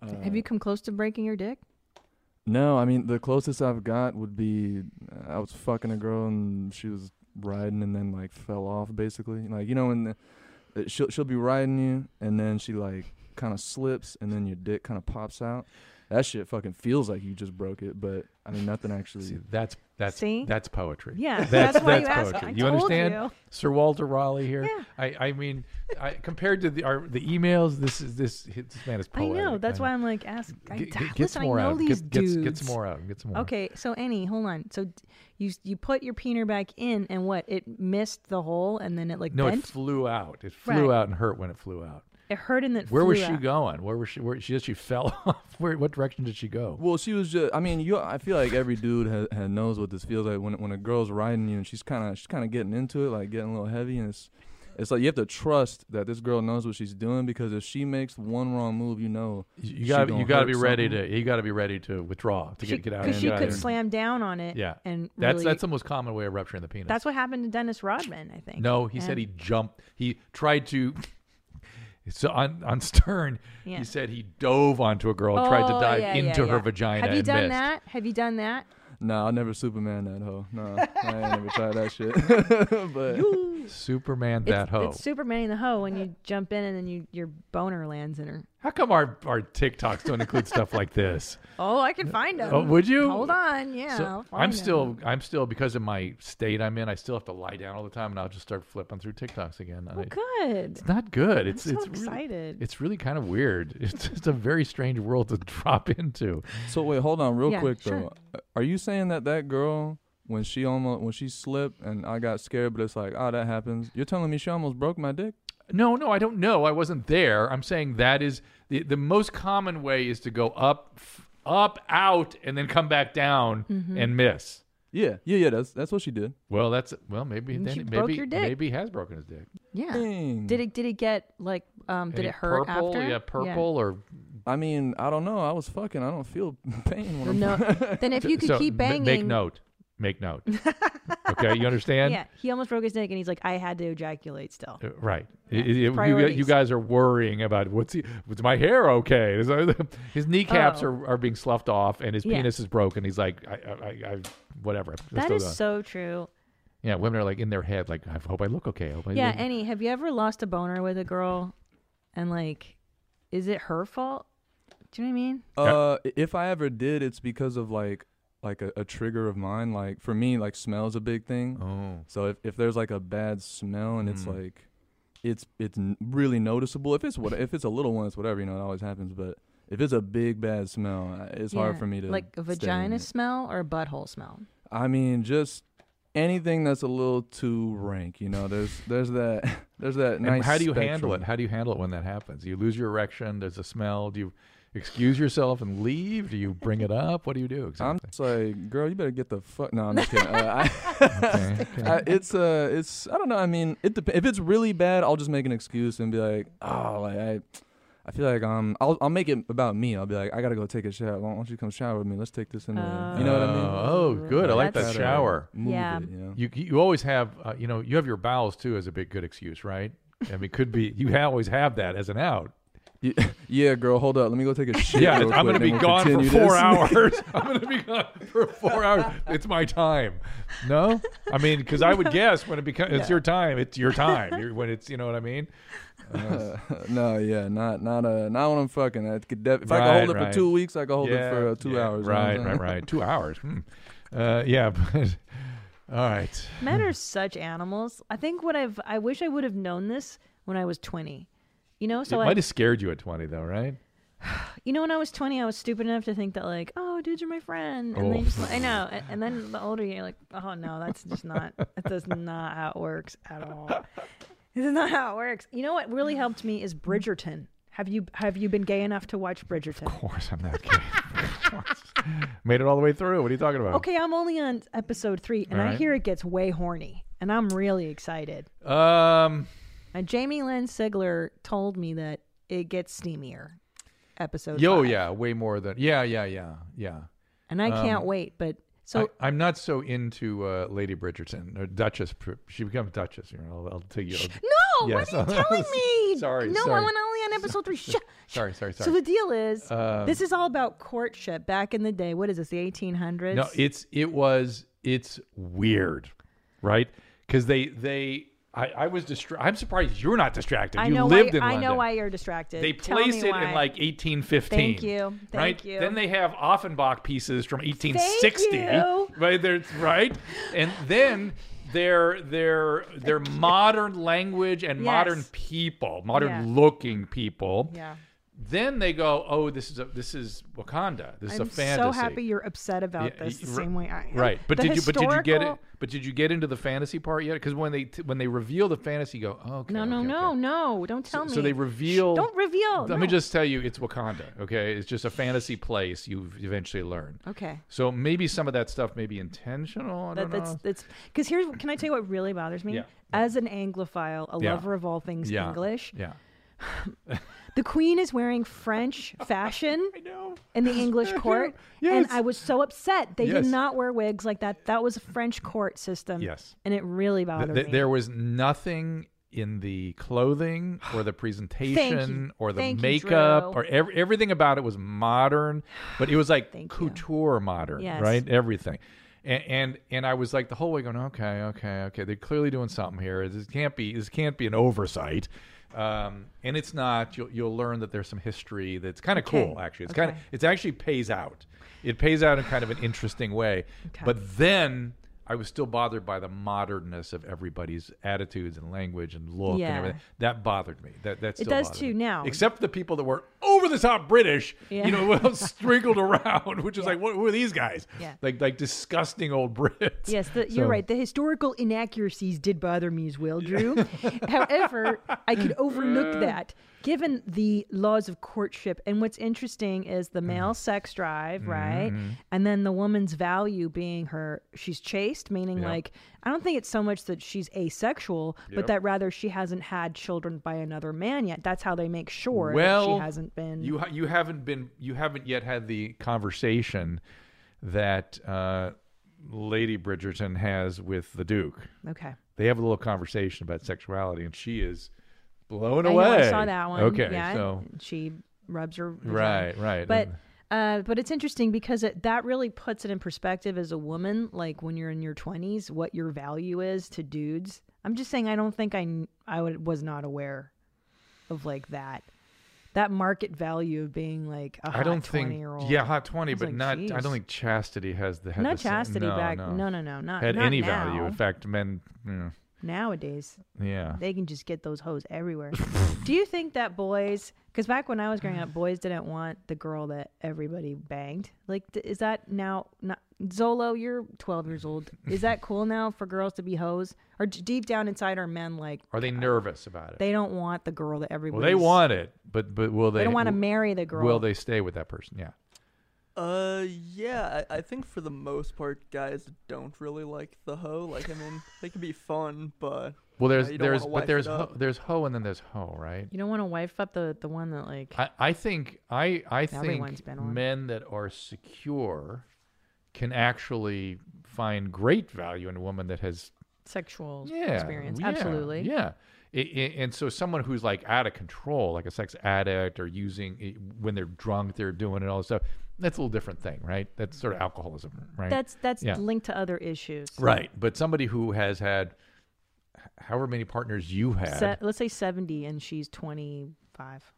Uh, have you come close to breaking your dick? no, I mean the closest I've got would be uh, I was fucking a girl and she was riding and then like fell off basically. Like you know when the, uh, she'll she'll be riding you and then she like kind of slips and then your dick kind of pops out. That shit fucking feels like you just broke it, but I mean nothing actually. [laughs] See, that's that's See? that's poetry. Yeah, that's, that's why you that's asked. poetry. I you told understand, you. Sir Walter Raleigh here. Yeah. I, I mean, I, compared to the our, the emails, this is this this man is poetic. I know. That's I why I'm like, ask. I, Get, get, get listen, some more I know out. these get, dudes. Get, get some more out. Get some more. out. Okay, so Annie, hold on. So d- you s- you put your peener back in, and what? It missed the hole, and then it like No, bent. it flew out. It flew Right. out and hurt when it flew out. It hurt, and then Where flew was she out. going? Where was she? Where she she fell [laughs] off. Where? What direction did she go? Well, she was just. I mean, you. I feel like every dude ha ha knows what this feels like when when a girl's riding you and she's kind of she's kind of getting into it, like getting a little heavy, and it's it's like you have to trust that this girl knows what she's doing because if she makes one wrong move, you know she You got gonna you got hurt to be ready something. to you got to be ready to withdraw to get, get out. Because and she get out could there. slam down on it. Yeah, and that's really, that's the most common way of rupturing the penis. that's what happened to Dennis Rodman, I think. no, he said And- he jumped. He tried to. [laughs] So on on Stern, Yeah. he said he dove onto a girl, and tried to Oh, dive yeah, yeah, into her yeah. vagina. Have you and done missed. that? Have you done that? Nah, I'll never Superman that hoe. Nah, I [laughs] ain't never tried that shit. [laughs] but Superman It's- that hoe. It's Superman and the hoe when you jump in and then you your boner lands in her. How come our our TikToks don't include stuff like this? Oh, I can find him. Oh, would you? Hold on, [laughs] yeah. So I'll I'm find 'em. still, I'm still because of my state I'm in. I still have to lie down all the time, and I'll just start flipping through TikToks again. I- Well, good. It's not good. It's so it's excited. Really, it's really kind of weird. [laughs] It's just a very strange world to [laughs] drop into. so wait, hold on, real Yeah, quick sure. though. Are you saying that that girl? When she almost when she slipped and I got scared, but it's like, oh, that happens. You're telling me she almost broke my dick? No, no, I don't know. I wasn't there. I'm saying that is the the most common way is to go up, f- up, out, and then come back down Mm-hmm. and miss. Yeah, yeah, yeah. That's that's what she did. Well, that's well, maybe And then, she maybe broke your dick. maybe he has broken his dick. Yeah. Dang. Did it? Did it get like? Um, did Any it hurt purple? after? Yeah, purple or I mean, I don't know. I was fucking. I don't feel [laughs] pain when Well, [laughs] I'm. No. then if you could so keep ma- banging, Make note. [laughs] Make note. okay, you understand? yeah, he almost broke his neck, and he's like, I had to ejaculate still. Uh, Right. It- it- you- you, Priorities. guys are worrying about what's he, what's my hair okay? Is I- [laughs] his kneecaps Oh. are, are being sloughed off and his Yeah. penis is broken. He's like, I, I, I, I whatever. Let's That go is on. so true. yeah, women are like in their head, like, I hope I look okay. I hope I Yeah, look- Annie, have you ever lost a boner with a girl, and like, is it her fault? Do you know what I mean? Uh, i- if I ever did, it's because of like like a, a trigger of mine. Like for me, like smell's a big thing. Oh. Hmm. So if, if there's like a bad smell and it's like it's it's n- really noticeable. If it's what if it's a little one, it's whatever. You know, it always happens. But if it's a big bad smell, I- it's hard Yeah. for me to like a stay in vagina it. smell or a butthole smell. I mean, just anything that's a little too rank. You know, there's there's that [laughs] there's that And nice. how do you handle it? spectrum. How do you handle it when that happens? You lose your erection. There's a smell. Do you excuse yourself and leave? Do you bring it up? What do you do I'm exactly? just like, girl, you better get the fuck. No, I'm just kidding. Uh, I, Okay, [laughs] okay. I, it's uh, it's I don't know. I mean, it dep- if it's really bad, I'll just make an excuse and be like, oh, like I, I feel like um, I'll I'll make it about me. I'll be like, I gotta go take a shower. Why don't you come shower with me? Let's take this in. the you know what I mean? Oh, oh, good. I like that That's- Gotta shower. Move Yeah. It, you know? You you always have uh, you know you have your bowels too as a big good excuse, right? I mean, could be you ha- always have that as [laughs] an out. Y- yeah, girl, hold up. Let me go [laughs] take a shit. Yeah, real I'm quick, going and to be we'll gone for continue four this. [laughs] [laughs] hours. I'm going to be gone for four hours. It's my time. No, I mean, because I [laughs] would guess when it becomes it's your time. It's your time. You're, when it's you know what I mean. no, yeah, not not uh, not when I'm fucking. I could def- if I could hold Right, it right. for two weeks, I could hold it for uh, two yeah, hours. you know what I'm Right, saying? right, right. Two hours. Hmm. Uh, yeah, [laughs] but all right. Men [laughs] are such animals. I think what I've I wish I would have known this when I was 20. You know, so it I, might have scared you at 20, though, right? you know when I was 20, I was stupid enough to think that like, oh, dudes are my friend, and Oh. they just I know. And, and then the older you're like, oh no, that's just not that does not how it works at all. This is not how it works. You know what really helped me is Bridgerton. Have you have you been gay enough to watch Bridgerton? Of course, I'm not kidding. [laughs] Of course. Made it all the way through. What are you talking about? Okay, I'm only on episode three, and I Alright. hear it gets way horny, and I'm really excited. Um, Now, Jamie Lynn Sigler told me that it gets steamier. Episode. yo, five. yeah, way more than yeah, yeah, yeah, yeah. and I can't wait. But so um, I, am not so into uh, Lady Bridgerton or Duchess. pr- She becomes Duchess. You know, I'll, I'll tell you. no, Yes. what are you [laughs] telling me? Sorry, no, sorry. I'm only on episode [laughs] three. Shh, shh. Sorry, sorry, So sorry. Um, the deal is, this is all about courtship. Back in the day, what is this? The 1800s. No, it's it was it's weird, right? Because they they I, I was distra- I'm surprised you're not distracted. I you know lived why, in I London. know why you're distracted. They Tell place me it why. in like 1815. Thank you. Thank right? you. Then they have Offenbach pieces from 1860. Thank you. [laughs] Right? They're, right? And then their their [laughs] their modern language and modern Yes. people, modern Yeah. looking people. Yeah. Then they go, "Oh, this is a this is Wakanda. This is a I'm fantasy." so happy you're upset about Yeah, this the y- same way I am. Right, but The did you but did you get it? historical- But did you get into the fantasy part yet? Because when they t- when they reveal the fantasy, you go oh, okay. No, no, okay, no, okay." no. Don't tell me. So they reveal. Don't reveal. Let no. me just tell you, it's Wakanda. Okay, it's just a fantasy place. You eventually learn. Okay. So maybe some of that stuff may be intentional. I That, don't that's know. that's because here's can I tell you what really bothers me? Yeah. As an Anglophile, a Yeah. lover of all things yeah. English, Yeah. the Queen is wearing French fashion I know. in the [laughs] English court, Yes. and I was so upset. They Yes. did not wear wigs like that. That was a French court system. Yes. and it really bothered Th- me. there was nothing in the [sighs] clothing or the presentation or the Thank you, makeup Drew. or ev- everything about it was modern, but it was like Thank you. couture modern, Yes. right? Everything. And, and and I was like the whole way going, okay, okay, okay. They're clearly doing something here. This can't be this can't be an oversight, um, and it's not. You'll you'll learn that there's some history that's kind of Okay. cool. Actually, it's kind Okay. of it's actually pays out. It pays out in kind of an interesting way. But then I was still bothered by the modernness of everybody's attitudes and language and look and Yeah. everything. That bothered me. That that still does bothered too me. now. Except the people that were over the top British, Yeah. you know, well, sprinkled around, [laughs] which is like, what, who are these guys? Yeah. Like like disgusting old [laughs] Brits. Yes, the, you're So- right. The historical inaccuracies did bother me as well, [laughs] Drew. [laughs] However, I could overlook that given the laws of courtship. And what's interesting is Mm-hmm. the male sex drive, right? And then the woman's value being her, she's chaste, meaning like, I don't think it's so much that she's asexual, but that rather she hasn't had children by another man yet. That's how they make sure that Well, she hasn't been. You ha- you haven't been you haven't yet had the conversation that uh, Lady Bridgerton has with the Duke. Okay. They have a little conversation about sexuality, and she is blown I know, away. I saw that one. Okay, Yeah, so she rubs her vagina. right, right, But and- uh, but it's interesting because it, that really puts it in perspective as a woman. Like when you're in your 20s, what your value is to dudes. I'm just saying, I don't think I kn- I would, was not aware of like that that market value of being like a I 20 don't think year old. yeah, hot twenty, It's but like, not. I geez. don't think chastity has the had not the same- chastity no, back. No, No, no, no, not had Uh, not any now. value. In fact, men. mm, Nowadays, yeah. they can just get those hoes [laughs] everywhere. Do you think that boys? Because back when I was growing up, boys didn't want the girl that everybody banged. Like, d- is that now not Zolo? You're 12 years old. Is that cool now for girls to be hoes? Or d- deep down inside, are men like Are they nervous about it? they don't want the girl that everybody? well, they want it, but but will they? They don't want to w- marry the girl. Will they stay with that person? Yeah. Uh, yeah, I, I think for the most part, guys don't really like the hoe. Like, I mean, they can be fun, but Well, there's you don't there's wanna wife but it there's ho, up. there's ho and then there's ho, right? You don't want to wife up the the one that like. I, I think I I Everyone's think been on. men that are secure can actually find great value in a woman that has sexual yeah, experience. yeah, Absolutely. Yeah. I- I- and so someone who's like out of control, like a sex addict or using i- when they're drunk, they're doing it all this stuff. That's a little different thing, right? That's sort of alcoholism, right? That's that's Yeah. linked to other issues. right. But somebody who has had h- however many partners you had, Se- let's say 70 and she's 25.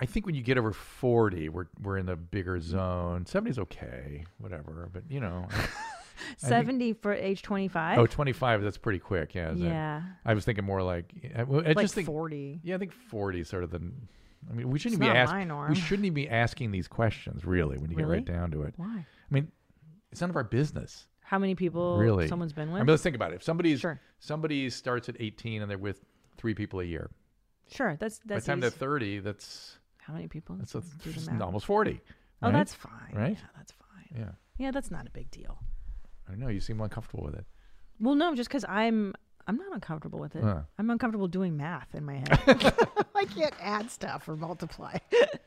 I think when you get over forty, we're we're in the bigger zone. Seventy's okay, whatever. But you know, 70 for age 25? oh, 25, that's pretty quick. Yeah. is it? yeah. I was thinking more like I, well, I Like just think 40. Yeah, I think 40 is sort of the. I mean, we shouldn't It's be not my asking. norm. We shouldn't even be asking these questions, really, when you Really? get right down to it. Why? I mean, it's none of our business, How many people really. someone's been with? I mean, let's think about it. If somebody's Sure. somebody starts at 18 and they're with three people a year, sure, that's by that's the time they're easy. 30, that's How many people? that's a, Do the it's math. almost 40. Oh, right? that's fine. Right? Yeah, that's fine. yeah. Yeah, that's not a big deal. I don't know. You seem uncomfortable with it. Well, no, just cuz I'm I'm not uncomfortable with it. Huh. I'm uncomfortable doing math in my [laughs] head. [laughs] I can't add stuff or multiply.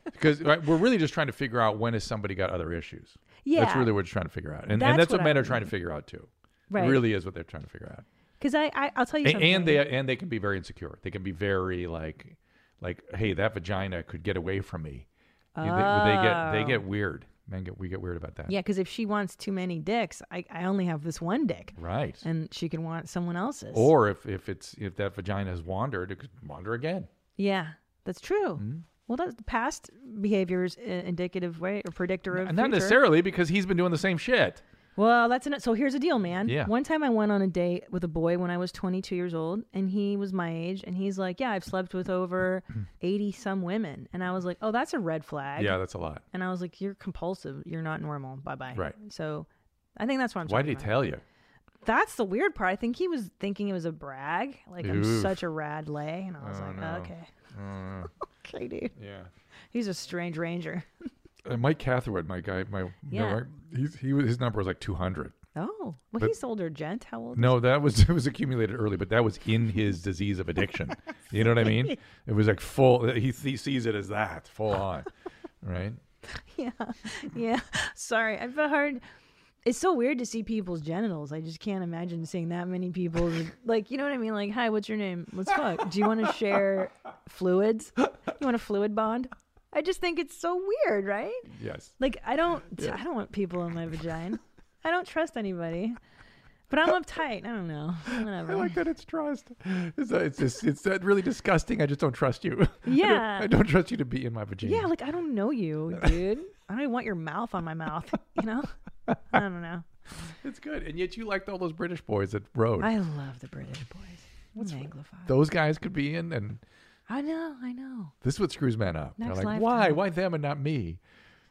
Because right, we're really just trying to figure out when has somebody got other issues. That's Yeah. really what we're trying to figure out. And That's and that's what, what I men are would trying mean. to figure out too. Right. It really is what they're trying to figure out. Cuz I, I I'll tell you A- something. and they and they can be very insecure. They can be very like like hey, that vagina could get away from me. You- They, they get they get weird. Men get we get weird about that. Oh. Yeah, cuz if she wants too many dicks, I I only have this one dick. Right. and she can want someone else's. or if, if it's if that vagina has wandered, it could wander again. yeah, that's true. Mm-hmm. Well, that's past behaviors i- indicative way or predictor of And not future. necessarily because he's been doing the same shit. Well, that's an, so. Here's the deal, man. Yeah. One time I went on a date with a boy when I was 22 years old, and he was my age, and he's like, "Yeah, I've slept with [clears throat] over 80 some women," and I was like, "Oh, that's a red flag." Yeah, that's a lot. And I was like, "You're compulsive. You're not normal. Bye bye." Right. So, I think that's what I'm. Why talking did he about. tell you? That's the weird part. I think he was thinking it was a brag, like I'm Oof. Oh, such a rad lay, and I was like, no. "Okay, [laughs] okay, dude." Yeah. He's a strange ranger. Uh, Mike Catherwood, my guy, my Yeah. he's, he was his number was like two hundred. Oh, well, he's older. Gent, how old? No, that was [laughs] it was accumulated early, but that was in his disease of addiction. you know what [laughs] I mean? It was like full. He, he sees it as that full on, right? [laughs] Yeah, yeah. Sorry, I've heard. It's so weird to see people's genitals. I just can't imagine seeing that many people's. [laughs] like, you know what I mean? Like, hi, what's your name? Let's fuck. Do you want to share fluids? You want a fluid bond? I just think it's so weird, right? Yes. Like, I don't. I don't want people in my vagina. I don't trust anybody. But I'm uptight. I don't know. I Whatever. like that it's trust. It's that, it's just, it's that really disgusting. I just don't trust you. [laughs] Yeah. I don't trust you to be in my vagina. Yeah, like I don't know you, dude. I don't even want your mouth on my mouth. You know? I don't know. [laughs] it's good. And yet you liked all those British boys that rode. I love the British boys. What's Anglophile? those guys could be in, and I know, I know. this is what screws men up. Next They're lifetime. like, why, why them and not me?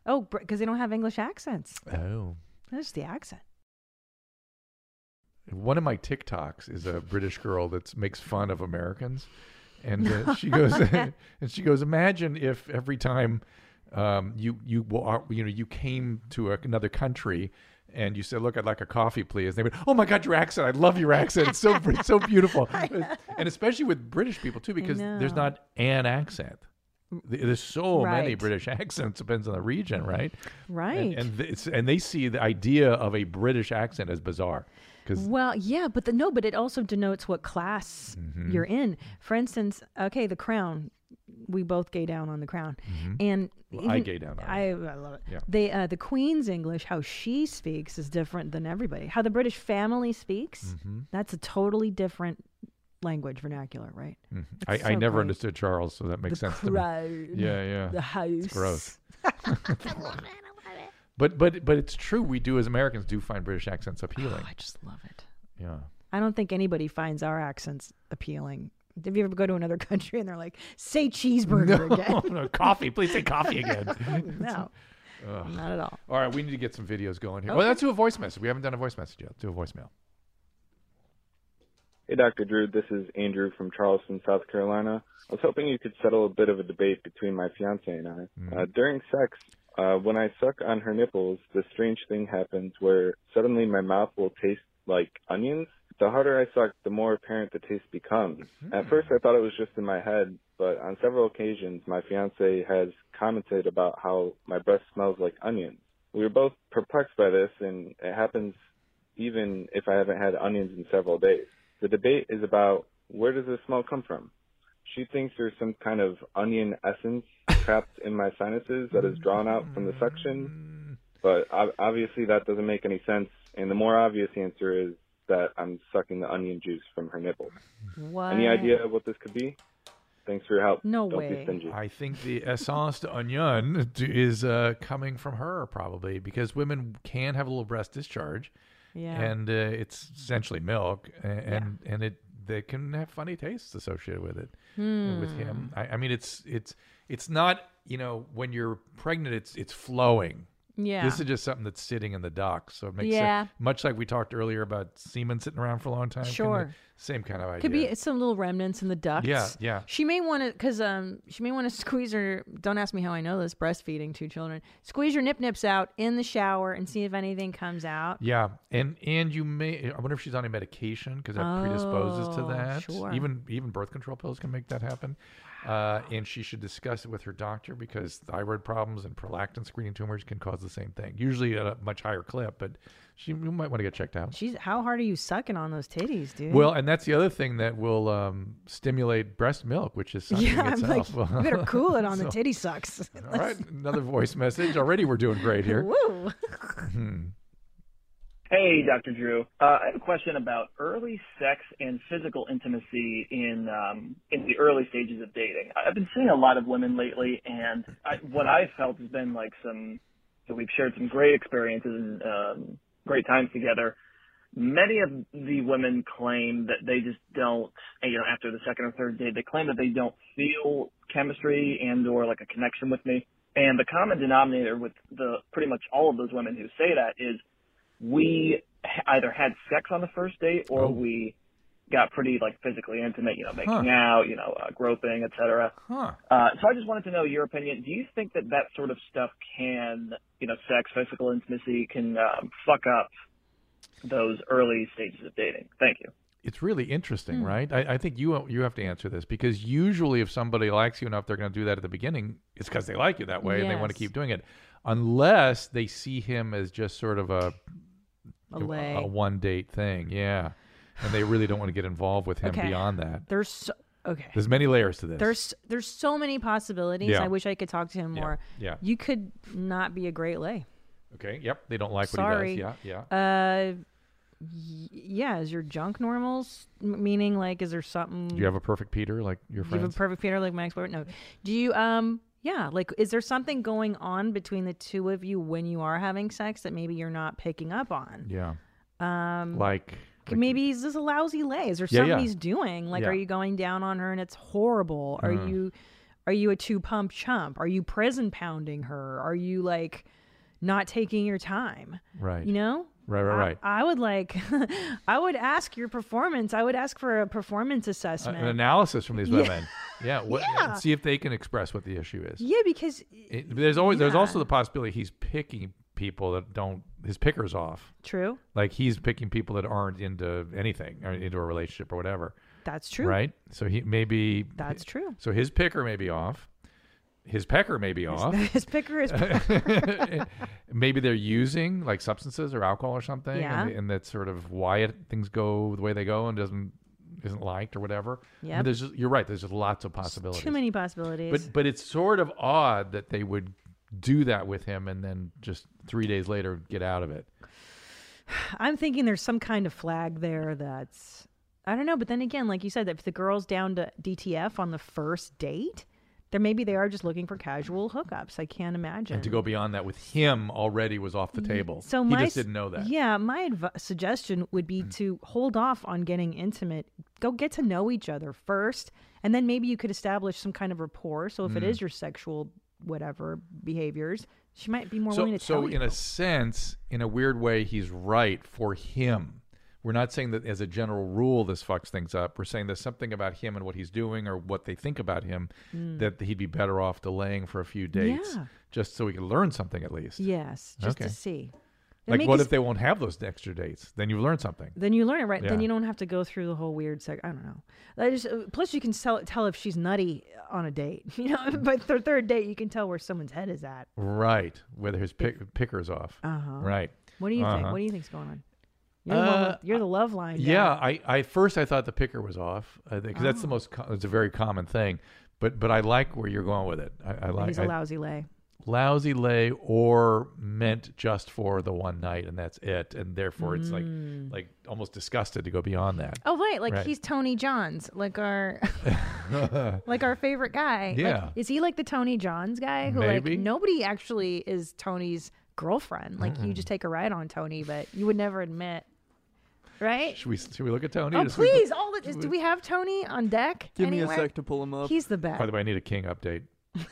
Oh, because they don't have English accents. Oh. That's just the accent. one of my TikToks is a British girl that makes fun of Americans, and uh, [laughs] she goes [laughs] and she goes, imagine if every time um, you you wa- you know you came to a, another country. And you said, "Look, I'd like a coffee, please." And they would, "Oh my God, your accent! I love your accent. It's so [laughs] it's so beautiful." and especially with British people too, because there's know. not an accent. Th- There's so many Right. British [laughs] accents. Depends on the region, right? Right. And and, th- and they see the idea of a British accent as bizarre because Well, yeah, but the, no, but it also denotes what class Mm-hmm. you're in. For instance, okay, the crown. We both gay down on the crown, Mm-hmm. and Well, I even- gay down on it. I, I love it. Yeah. They, uh, the Queen's English, how she speaks is different than everybody. How the British family Mm. speaks, Mm-hmm, that's a totally different language vernacular, right? mm-hmm. I, It's I so never great. understood Charles, so that makes sense Crown, to me. Yeah, yeah. the house. gross. But but but it's true. We do as Americans do find British accents appealing. I just love it. Yeah. I don't think anybody finds our accents appealing. If you ever go to another [laughs] country and they're like, "Say cheeseburger [laughs] again," no, coffee. Please say coffee again. no, not at all. [laughs] All right, we need to get some videos going here. Well, let's do a voice message. We haven't done a voice message yet. Do a voicemail. Hey, Dr. Drew, this is Andrew from Charleston, South Carolina. I was hoping you could settle a bit of a debate between my fiance and I. Uh, during sex, uh, when I suck on her nipples, the strange thing happens where suddenly my mouth will taste like onions. The harder I suck, the more apparent the taste becomes. At first, I thought it was just in my head, but on several occasions, my fiance has commented about how my breath smells like onions. We were both perplexed by this, and it happens even if I haven't had onions in several days. The debate is about where does the smell come from? She thinks there's some kind of onion essence trapped in my sinuses that is drawn out from the suction, but ob- obviously that doesn't make any sense. And the more obvious answer is that I'm sucking the onion juice from her nipples. What? Any idea what this could be? Thanks for your help. No Don't way. Be stingy. I think the essence to onion d- is uh, coming from her probably because women can have a little breast discharge, Yeah. and uh, it's essentially milk, a- and and it they can have funny tastes associated with it uh, with Hmm. him. I, I mean, it's it's it's not you know when you're pregnant, it's it's flowing. yeah. This is just something that's sitting in the dock, so it makes Yeah. sense. Much like we talked earlier about semen sitting around for a long time. kinda Sure. same kind of idea. Could be some little remnants in the ducts. Yeah, yeah. She may want to, cause um, she may want to [laughs] squeeze her. Don't ask me how I know this. Breastfeeding two children. Squeeze your nip nips out in the shower and see if anything comes out. Yeah, and and you may. I wonder if she's on any medication because that predisposes to Oh, that. sure. Even even birth control pills can make that happen. Uh, and she should discuss it with her doctor because thyroid problems and prolactin screening tumors can cause the same thing. Usually at a much higher clip, but she you might want to get checked out. She's how hard are you sucking on those titties, dude? [laughs] Well, and that's the other thing that will um, stimulate breast milk, which is sucking yeah, I'm like, itself. you better cool it on the titty sucks. [laughs] All right, another voice message. Already, we're doing great here. [laughs] Hmm. Woo. Hey, Dr. Drew. Uh, I have a question about early sex and physical intimacy in um, in the early stages of dating. I- I've been seeing a lot of women lately, and I, what I've felt has been like some. So we've shared some great experiences and um, great times together. Many of the women claim that they just don't. You know, after the second or third date, they claim that they don't feel chemistry and or like a connection with me. And the common denominator with the pretty much all of those women who say that is we h- either had sex on the first date or Oh. we got pretty like physically intimate, you know, making Huh. out, you know, uh, groping, etc. Huh. Uh, so I just wanted to know your opinion. Do you think that that sort of stuff can, you know, sex, physical intimacy can um, fuck up those early stages of dating? Thank you. it's really interesting, Hmm. right? I, I think you you have to answer this because usually, if somebody likes you enough, they're going to do that at the beginning. It's because they like you that way and they want to Yes. keep doing it, unless they see him as just sort of a uh, A leg. one date thing, yeah, and they really don't want to get involved with him Okay. beyond that. There's so, okay. There's many layers to this. There's there's so many possibilities. Yeah. I wish I could talk to him Yeah, more. yeah. You could not be a great lay. okay, yep, they don't like Sorry. what he does. Yeah, yeah. Uh, y- yeah. Is your junk normals? M- meaning, like, is there something? do you have a perfect Peter like your Do you have friends? a perfect Peter like my ex boyfriend? No. Do you um yeah, like is there something going on between the two of you when you are having sex that maybe you're not picking up on? yeah, um, like, like maybe he's just a lousy lay. Is there Yeah, something yeah. he's doing? Like Yeah. Mm. are you going down on her and it's horrible? Are you are you a two pump chump? Are you prison pounding her? Are you like not taking your time? right, You know? right, right, I- right. I, would like [laughs] I would ask your performance. I would ask for a performance A- assessment. an analysis from these women. Yeah, what, [laughs] Yeah. see if they can express what the issue is. yeah, because It, there's always there's Yeah. also the possibility he's picking people that don't his pickers off. true. Like he's picking people that aren't into anything, or into a relationship or whatever, That's true. right? So he maybe That's true. So his picker may be off, his pecker may [laughs] be off. His picker [laughs] is Maybe they're using like substances or alcohol or something, Yeah. and, and that's sort of why it, things go the way they go and doesn't isn't liked or whatever. I mean, Yep. there's just, you're right. There's just lots of possibilities. too many possibilities. But but it's sort of odd that they would do that with him and then just three days later get out of it. I'm thinking there's some kind of flag there that's I don't know, but then again, like you said, if the girl's down to DTF on the first date, then maybe they are just looking for casual hookups. I can't imagine. And to go beyond that with him already was off the table. Mm-hmm. so he my just s- didn't know that. Mm. Yeah, my adv- suggestion would be to hold off on getting intimate. Go get to know each other first, and then maybe you could establish some kind of rapport. So if it Mm. is your sexual whatever behaviors, she might be more so, willing to so tell you. in a sense, in a weird way, he's right for him. We're not saying that as a general rule this fucks things up. We're saying there's something about him and what he's doing or what they think about him Mm. that he'd be better off delaying for a few dates Yeah. just so he can learn something at least. Yes, just to Okay. see. They Like make what us- if they won't have those extra dates? Then you've learned something. Then you learn it right. Then Yeah. you don't have to go through the whole weird sec. I don't know. I just, uh, plus, you can tell tell if she's nutty on a date. [laughs] You know, Mm. by their third date, you can tell where someone's head is at. Right. Whether his pick, picker's off. Uh-huh. Right. What do you think? Uh-huh. What do you think's going on? You're, the, one Uh, with, you're the love line. guy. Yeah, I, I first I thought the picker was off because that's the Oh. most. co- It's a very common thing, but but I like where you're going with it. I, I like he's a I- lousy lay. lousy lay, or meant just for the one night, and that's it, and therefore it's like like almost disgusted to go beyond that. Mm. Oh right, like Right. he's Tony Johns, like [laughs] our [laughs] Oh, like our favorite guy. Like, Yeah. is he like the Tony Johns guy who Maybe. like nobody actually is Tony's girlfriend? Like you just take a ride on Tony, but you would never admit, right? should we should we look at Tony? Oh Just- we- please! All the, is, do we have Tony on deck? Give me a anywhere? sec to pull him up. He's the best. By the way, I need a king update. [laughs]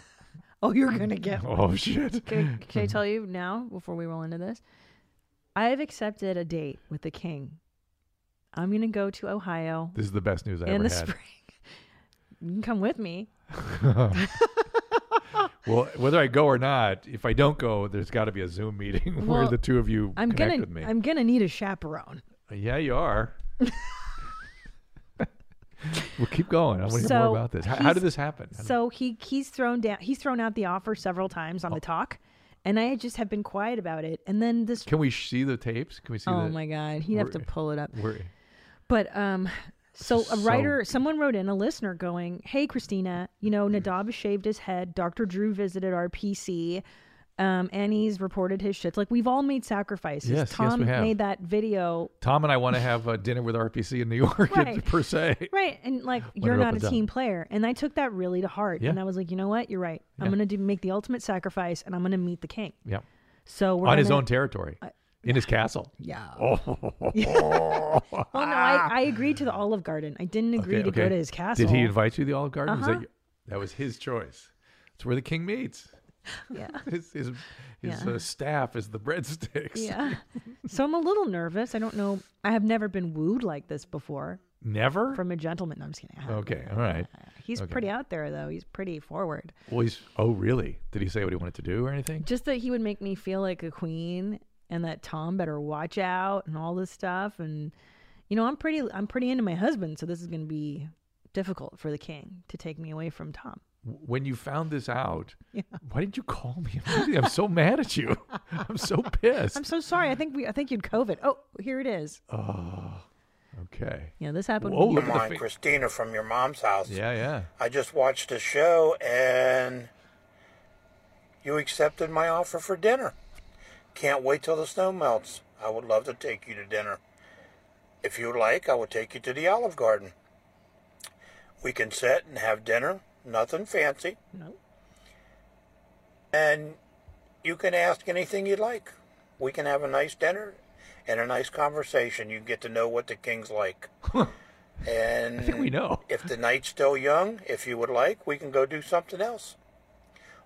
Oh, you're gonna get. [laughs] Oh, shit. Can, can I tell you now before we roll into this? I have accepted a date with the king. I'm gonna go to Ohio This is the best news I in ever the had. spring. [laughs] You can come with me. Well, whether I go or not, if I don't go, there's got to be a Zoom meeting [laughs] where Well, the two of you I'm connect gonna. with me. I'm gonna need a chaperone. Yeah, you are. well, keep going. I want to hear more about this. How, how he's- did this happen? How did- So he he's thrown down. He's thrown out the offer several times Oh. on the talk, and I just have been quiet about it. And then this. can we see the tapes? Can we see? oh the, my god, he'd have to We're- pull it up. we're- But um, so is a so- writer, someone wrote in a listener going, "Hey Christina, you know Mm-hmm. Nadab shaved his head. Doctor Drew visited our PC. Um, Annie's reported his shits. Like we've all made sacrifices. Yes, yes, Tom we have. made that video, Tom and I want to have a dinner with RPC in New [laughs] York, Right. per se. right? And like When you're it not a opens up. team player. And I took that really to heart. Yeah. And I was like, you know what? You're right. I'm Yeah. gonna do make the ultimate sacrifice, and I'm gonna meet the king. Yeah. So on we're his gonna- own territory, in his castle. Yeah. Oh. Well, Oh, no, I, I agreed to the Olive Garden. I didn't agree Ah. Okay, to go okay. to his castle. Did he invite you to the Olive Garden? Was that Uh-huh. your- that was his choice. It's where the king meets. [laughs] Yeah. [laughs] his his, Yeah. his uh, staff is [laughs] the [laughs] breadsticks. Yeah. so I'm a little nervous. I don't know. I have never been wooed like this before Never. from a gentleman. No, I'm just kidding. I haven't. Okay. [laughs] All right. He's Okay. pretty out there, though. He's pretty forward. Well, he's. Oh, really? Did he say what he wanted to do or anything? Just that he would make me feel like a queen and that Tom better watch out and all this stuff. And, you know, I'm pretty, I'm pretty into my husband. So this is going to be difficult for the king to take me away from Tom. when you found this out, why didn't you call me? immediately? I'm so mad at [laughs] you. I'm so pissed. I'm so sorry. I think we, I think you'd COVID. Oh, here it is. oh, okay. Yeah, this happened. Whoa, look at the Mine, face. Christina from your mom's house. Yeah, yeah. I just watched a show and you accepted my offer for dinner. Can't wait till the snow melts. I would love to take you to dinner. If you like, I will take you to the Olive Garden. We can sit and have dinner, nothing fancy. No. And you can ask anything you'd like. We can have a nice dinner and a nice conversation. You get to know what the king's [laughs] like. and I think Uh, we know. if the night's still young, if you would like, we can go do something else.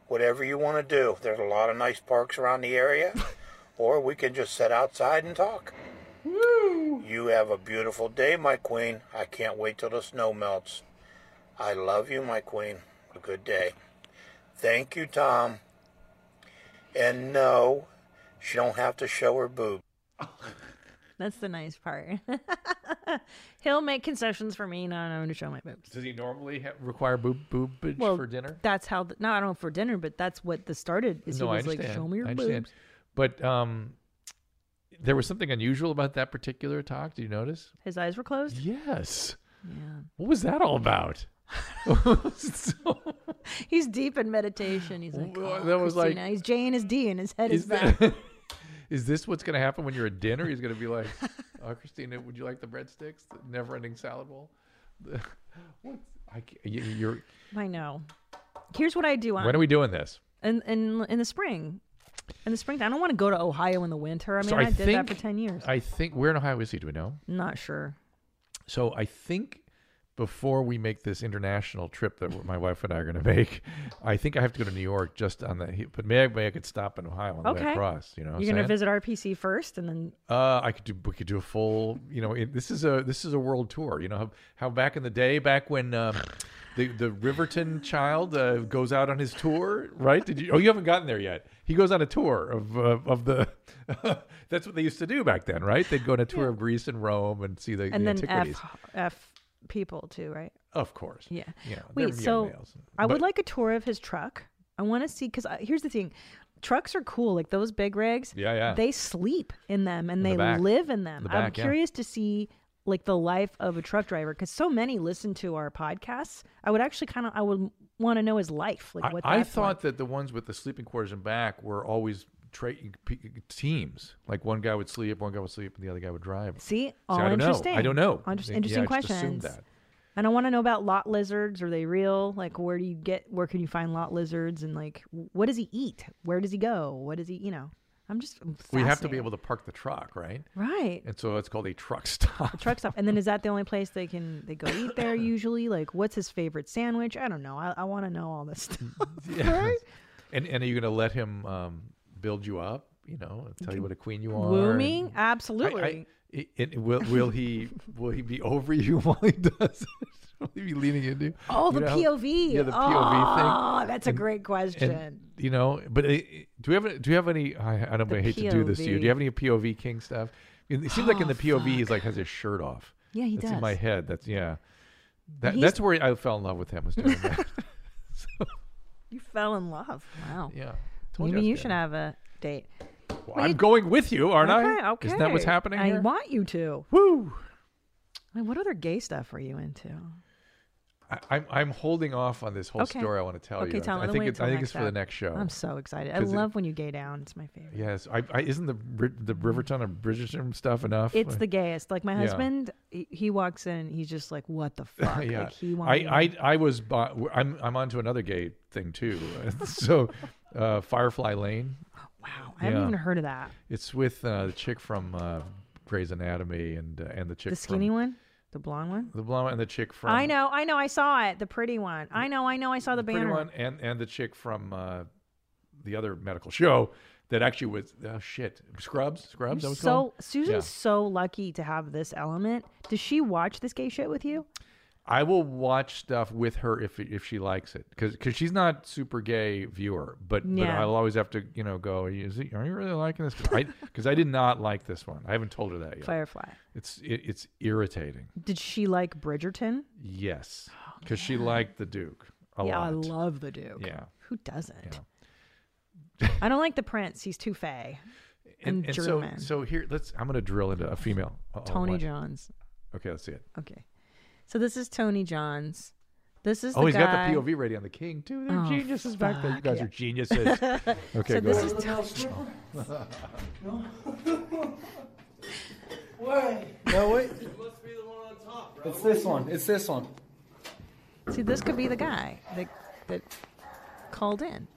Whatever you want to do. There's a lot of nice parks around the [laughs] area. or we can just sit outside and talk. You have a beautiful day, my queen. I can't wait till the snow melts. I love you, my queen. A good day. Thank you, Tom. And no, she don't have to show her boob. That's the nice part. [laughs] He'll make concessions for me not having to show my boobs. Does he normally ha- require boob boobage Well, for dinner? That's how. The, no, I don't know for dinner, but that's what the started. Is he was like, show me your I understand. boobs. But um, there was something unusual about that particular talk. Do you notice? His eyes were closed. Yes. Yeah. What was that [laughs] all about? He's deep in meditation. He's like, oh, that was like- Christina." he's J in his D, and his head is, Is back. [laughs] that- Is this what's going to happen when you're at dinner? He's going to be like, [laughs] oh, Christina, would you like the breadsticks? The never-ending salad bowl? [laughs] The- what? I, ca- you- you're, I know. Here's what I do. On, when are we doing this? In in in the spring. In the spring, I don't want to go to Ohio in the winter. I mean, So I, did that for ten years. I think where in Ohio is he? Do we know? Not sure. So I think before we make this international trip that my wife and I are going to [laughs] make, I think I have to go to New York just on the. But maybe, maybe I could stop in Ohio on the okay. way across. You know, what I'm you're gonna saying? visit RPC first, and then Uh, I could do. We could do a full. You know, it, this is a this is a world tour. You know how, how back in the day, back when um, the the Riverton child uh, goes out on his tour, right? Did you? Oh, you haven't gotten there yet. He goes on a tour of uh, of the. [laughs] that's what they used to do back then, right? They'd go on a tour of Greece and Rome and see the, and the then antiquities. F F people too, right? Of course. Yeah. Yeah, Wait. they're young So males. I would But- like a tour of his truck. I want to see because here's the thing: trucks are cool. Like those big rigs. Yeah, yeah. They sleep in them and the they back. live in them. The I'm back, yeah. curious to see like the life of a truck driver because so many listen to our podcasts. I would actually kind of I would want to know his life. Like what I, I that's thought like. that the ones with the sleeping quarters and back were always tra- p- teams. Like one guy would sleep, one guy would sleep, and the other guy would drive. See, all I don't interesting. know. I don't know. All inter- Yeah, interesting I just assumed questions. that. And I want to know about lot lizards. Are they real? Like, where do you get? Where can you find lot lizards? And like, what does he eat? Where does he go? What does he? You know, I'm just. I'm We have to fascinated. be able to park the truck, right? Right. And so it's called a truck [laughs] stop. truck stop. And then is that the only place they can they go eat [coughs] there usually? Like, what's his favorite sandwich? I don't know. I, I want to know all this [laughs] [laughs] stuff. Right? And and are you going to let him um, build you up? You know, and tell you what a queen you are. Woo and- me? Absolutely. I- I- it, it- will [laughs] will he will he be over you [laughs] while he does it? [laughs] Will he be leaning into? you? Oh, the You know, POV. Yeah, the POV Oh, thing. that's a great question. you know, but it, it- do we have do you have any? I, I don't. The I hate to do this to you. Do POV. you have any POV king stuff? It seems like in the Oh, POV he's like has his shirt off. Yeah, he that's In my does. head, that's yeah. That, He's- that's where I fell in love with him was doing [laughs] that. you fell in love. Wow. Yeah. Told Maybe I was you gay. should have a date. Well, I'm going with you, aren't okay, I? Okay. Isn't that what's happening I here? want you to. Woo. I mean, what other gay stuff were you into? I, I'm I'm holding off on this whole Okay. story. I want to tell okay, you. Tell I me. think wait it's till I think it's for the up. next show. I'm so excited. I 'Cause it- love when you gay down. It's my favorite. Yes, I, I isn't the Brid- the Riverton or Bridgerton stuff enough? It's Like- the gayest. Like my Yeah. husband, he, he walks in, he's just like, "What [laughs] the fuck?" yeah. Like he wanted. I, I I was by, I'm I'm onto another gay thing too. [laughs] so, uh, Firefly Lane. Wow, I haven't even heard of that. It's with uh, the chick from uh, Grey's Anatomy and uh, and the chick the skinny from, one, the blonde one. the blonde one and the chick from I know, I know, I saw it. The pretty one. I know, I know, I saw the, pretty banner. one and and the chick from uh, the other medical show that actually was oh shit Scrubs Scrubs that You're was so called? Susan's Yeah. so lucky to have this element. Does she watch this gay shit with you? I will watch stuff with her if if she likes it because she's not super gay viewer, but but Yeah. I'll always have to you know go. Is it, are you really liking this? Because I, did not like this one. I haven't told her that yet. Firefly. It's it, it's irritating. Did she like Bridgerton? Yes, because she liked the Duke a Oh, yeah, lot. I love the Duke. Yeah. Who doesn't? I don't like the prince. He's too fey. and, And, and so German. so here let's. I'm gonna drill into a female. Uh-oh, Tony what? Johns. Okay, let's see it. Okay. So this is Tony Johns. This is Oh, the he's guy. got the POV ready on the king too. They're Oh, geniuses back there. You guys [laughs] are geniuses. okay, so go this ahead. is Tony. No, wait. It's this one. It's this one. See, this could be the guy that that called in.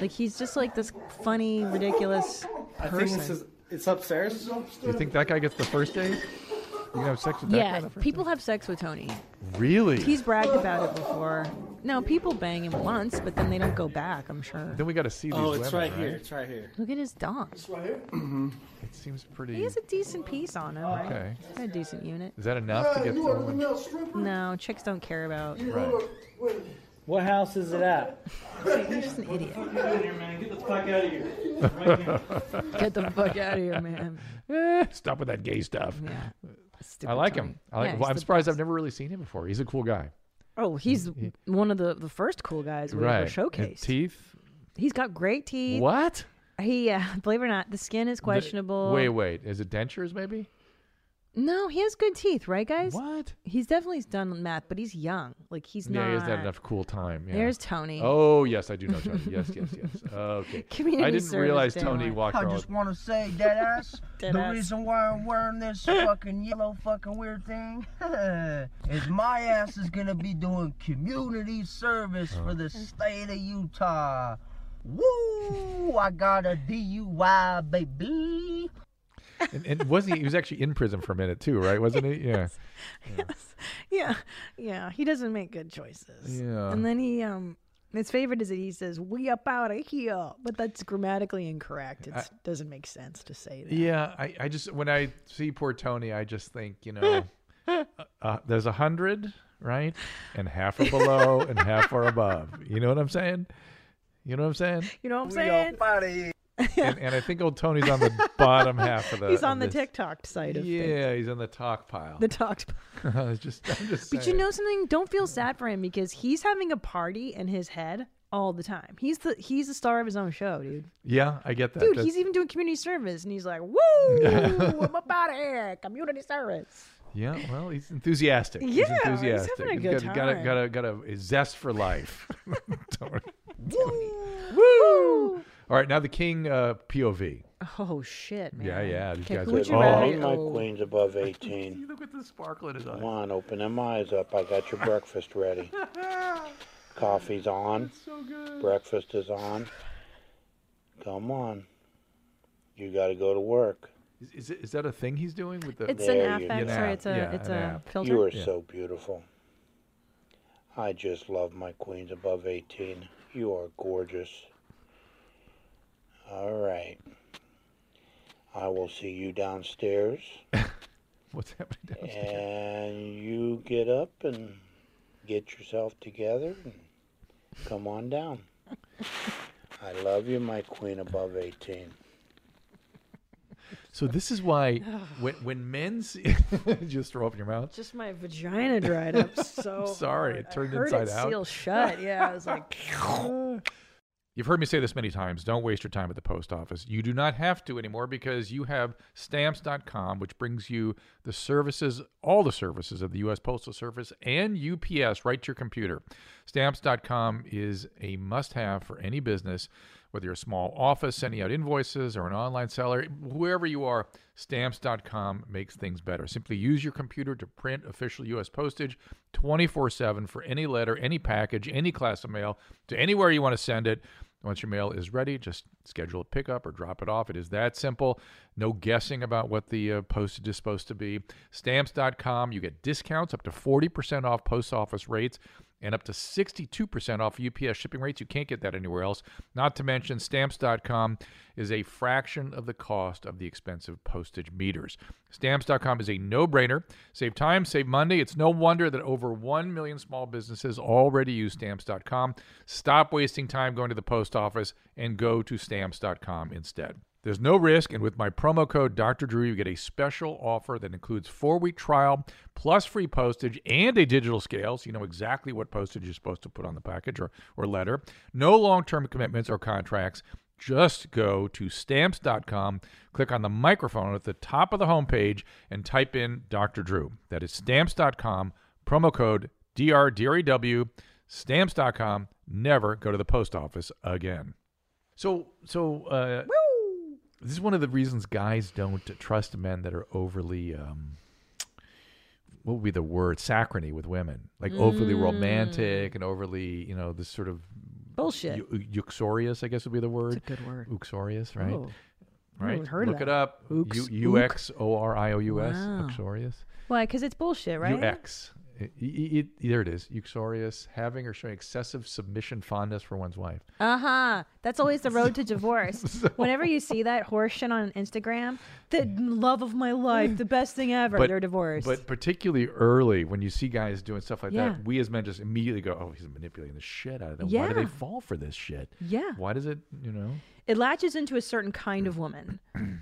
Like he's just like this funny, ridiculous I person. think this is. It's upstairs. You think that guy gets the first date? You can have sex with that guy yeah, the first people have sex with Tony. date? Really? He's bragged about it before. No, people bang him once, but then they don't go back. I'm sure. Then we got to see these Oh, it's women, right here. It's right here. Look at his dong. It seems pretty. He has a decent piece on him, right? Okay. He's got a decent unit. Is that enough to get someone? No, chicks don't care about. Right. What house is it at? You're just an idiot. Get the fuck out of here. [laughs] Get the fuck out of here, man. Eh, [laughs] Stop with that gay stuff. I like him. I like. Yeah, well, he's I'm the surprised I've never really seen him before. He's a cool guy. Oh, he's one of the, the first cool guys we right. ever His showcased. teeth. He's got great teeth. What? He, uh, [laughs] believe it or not, the skin is The- questionable. wait, wait. Is it dentures? Maybe. No, he has good teeth, right, guys? What? He's definitely done math, but he's young. Like he's yeah, not. he hasn't had enough cool time. Yeah. There's Tony. Oh yes, I do know Tony. Yes, yes, yes. Okay. I [laughs] Community didn't service realize day [laughs] Tony one. walked I all- just want to say, deadass, [laughs] Dead the ass. reason why I'm [laughs] wearing this fucking yellow fucking weird thing [laughs] is my ass is gonna be doing community service for Uh-huh. the state of Utah. Woo! I got a DUI, baby. and, and wasn't he? He was actually in prison for a minute too, right? [laughs] Wasn't he? Yeah. Yeah, yeah. He doesn't make good choices. Yeah. And then he um. His favorite is that he says, "We up out of here," but that's grammatically incorrect. It I- doesn't make sense to say that. Yeah, I, I just when I see poor Tony, I just think [laughs] you know, uh, there's a hundred right, and half are below and half are above. You know what I'm saying? You know what I'm saying? [laughs] You know what I'm We saying? up out of here. And, and I think old Tony's on the bottom half of the. He's of on the this. TikTok side of things. Yeah, he's on the talk pile. The talk pile. [laughs] I was just, I'm just But you saying. know something? Don't feel sad for him because he's having a party in his head all the time. He's the he's the star of his own show, dude. Yeah, I get that. dude, That's- he's even doing community service, and he's [laughs] like, "Woo, I'm up out of here, community service." Yeah, well, he's enthusiastic. he's Yeah, he's having enthusiastic. a good got, got a- time. Got a, got, a, zest [laughs] for life. [laughs] Tony. Woo! All right, now the king uh, POV. Oh shit, man. Yeah, yeah. These Okay, guys who would are you rather- all- Oh. My queen's above 18. Look at the sparkle in his Come on, open them eyes up. I got your breakfast ready. Coffee's on. Breakfast is on. Come on. You got to go to work. Is, is, it- is that a thing he's doing with the? It's an There you affect. go. Sorry, it's a Yeah, it's an a app. filter. You are Yeah. so beautiful. I just love my queens above 18. You are gorgeous. All right. I will see you downstairs. [laughs] What's happening downstairs? and you get up and get yourself together and come on down. I love you, my queen above 18. So this is why when when men see, [laughs] just throw up in your mouth. Just my vagina dried [laughs] up so. I'm sorry, hard. it turned I heard inside it out. Seal shut. Yeah, I was like, You've heard me say this many times. Don't waste your time at the post office. You do not have to anymore because you have stamps.com, which brings you the services, all the services of the U.S. Postal Service and UPS right to your computer. Stamps.com is a must have for any business, whether you're a small office sending out invoices or an online seller, wherever you are, stamps.com makes things better. Simply use your computer to print official U.S. postage 24 7 for any letter, any package, any class of mail to anywhere you want to send it. Once your mail is ready, just schedule a pickup or drop it off. It is that simple. No guessing about what the uh, postage is supposed to be. Stamps.com, you get discounts up to 40% off post office rates and up to 62% off UPS shipping rates. You can't get that anywhere else. Not to mention, stamps.com is a fraction of the cost of the expensive postage meters. Stamps.com is a no brainer. Save time, save money. It's no wonder that over 1 million small businesses already use stamps.com. Stop wasting time going to the post office and go to stamps.com instead. There's no risk, and with my promo code Dr. Drew, you get a special offer that includes four week trial, plus free postage and a digital scale, so you know exactly what postage you're supposed to put on the package or, or letter. No long term commitments or contracts. Just go to stamps.com, click on the microphone at the top of the homepage, and type in Dr. Drew. That is stamps.com, promo code DRDREW, stamps.com. Never go to the post office again. So, so uh, this is one of the reasons guys don't trust men that are overly um, what would be the word saccharine with women, like overly Mm. romantic and overly, you know, this sort of [laughs] Bullshit. eu- uxorious, I guess would be the word. It's a good word. Uxorious, right? Oh. I Right. haven't heard of Look that. it up. Ux- U X O R I O U S. Wow. Uxorious. why? Because it's bullshit, right? UX. It, it, it- there it is. Uxorious, having or showing excessive submission fondness for one's wife. Uh huh. That's always the road to [laughs] divorce. Whenever you see that horse shit on Instagram, [laughs] the love of my life, the best thing ever, they're divorced. But particularly early, when you see guys doing stuff like Yeah. that, we as men just immediately go, "Oh, he's manipulating the shit out of them. Why do Yeah. they fall for this shit? Yeah. Why does it? You know? it latches into a certain kind of [clears throat] woman.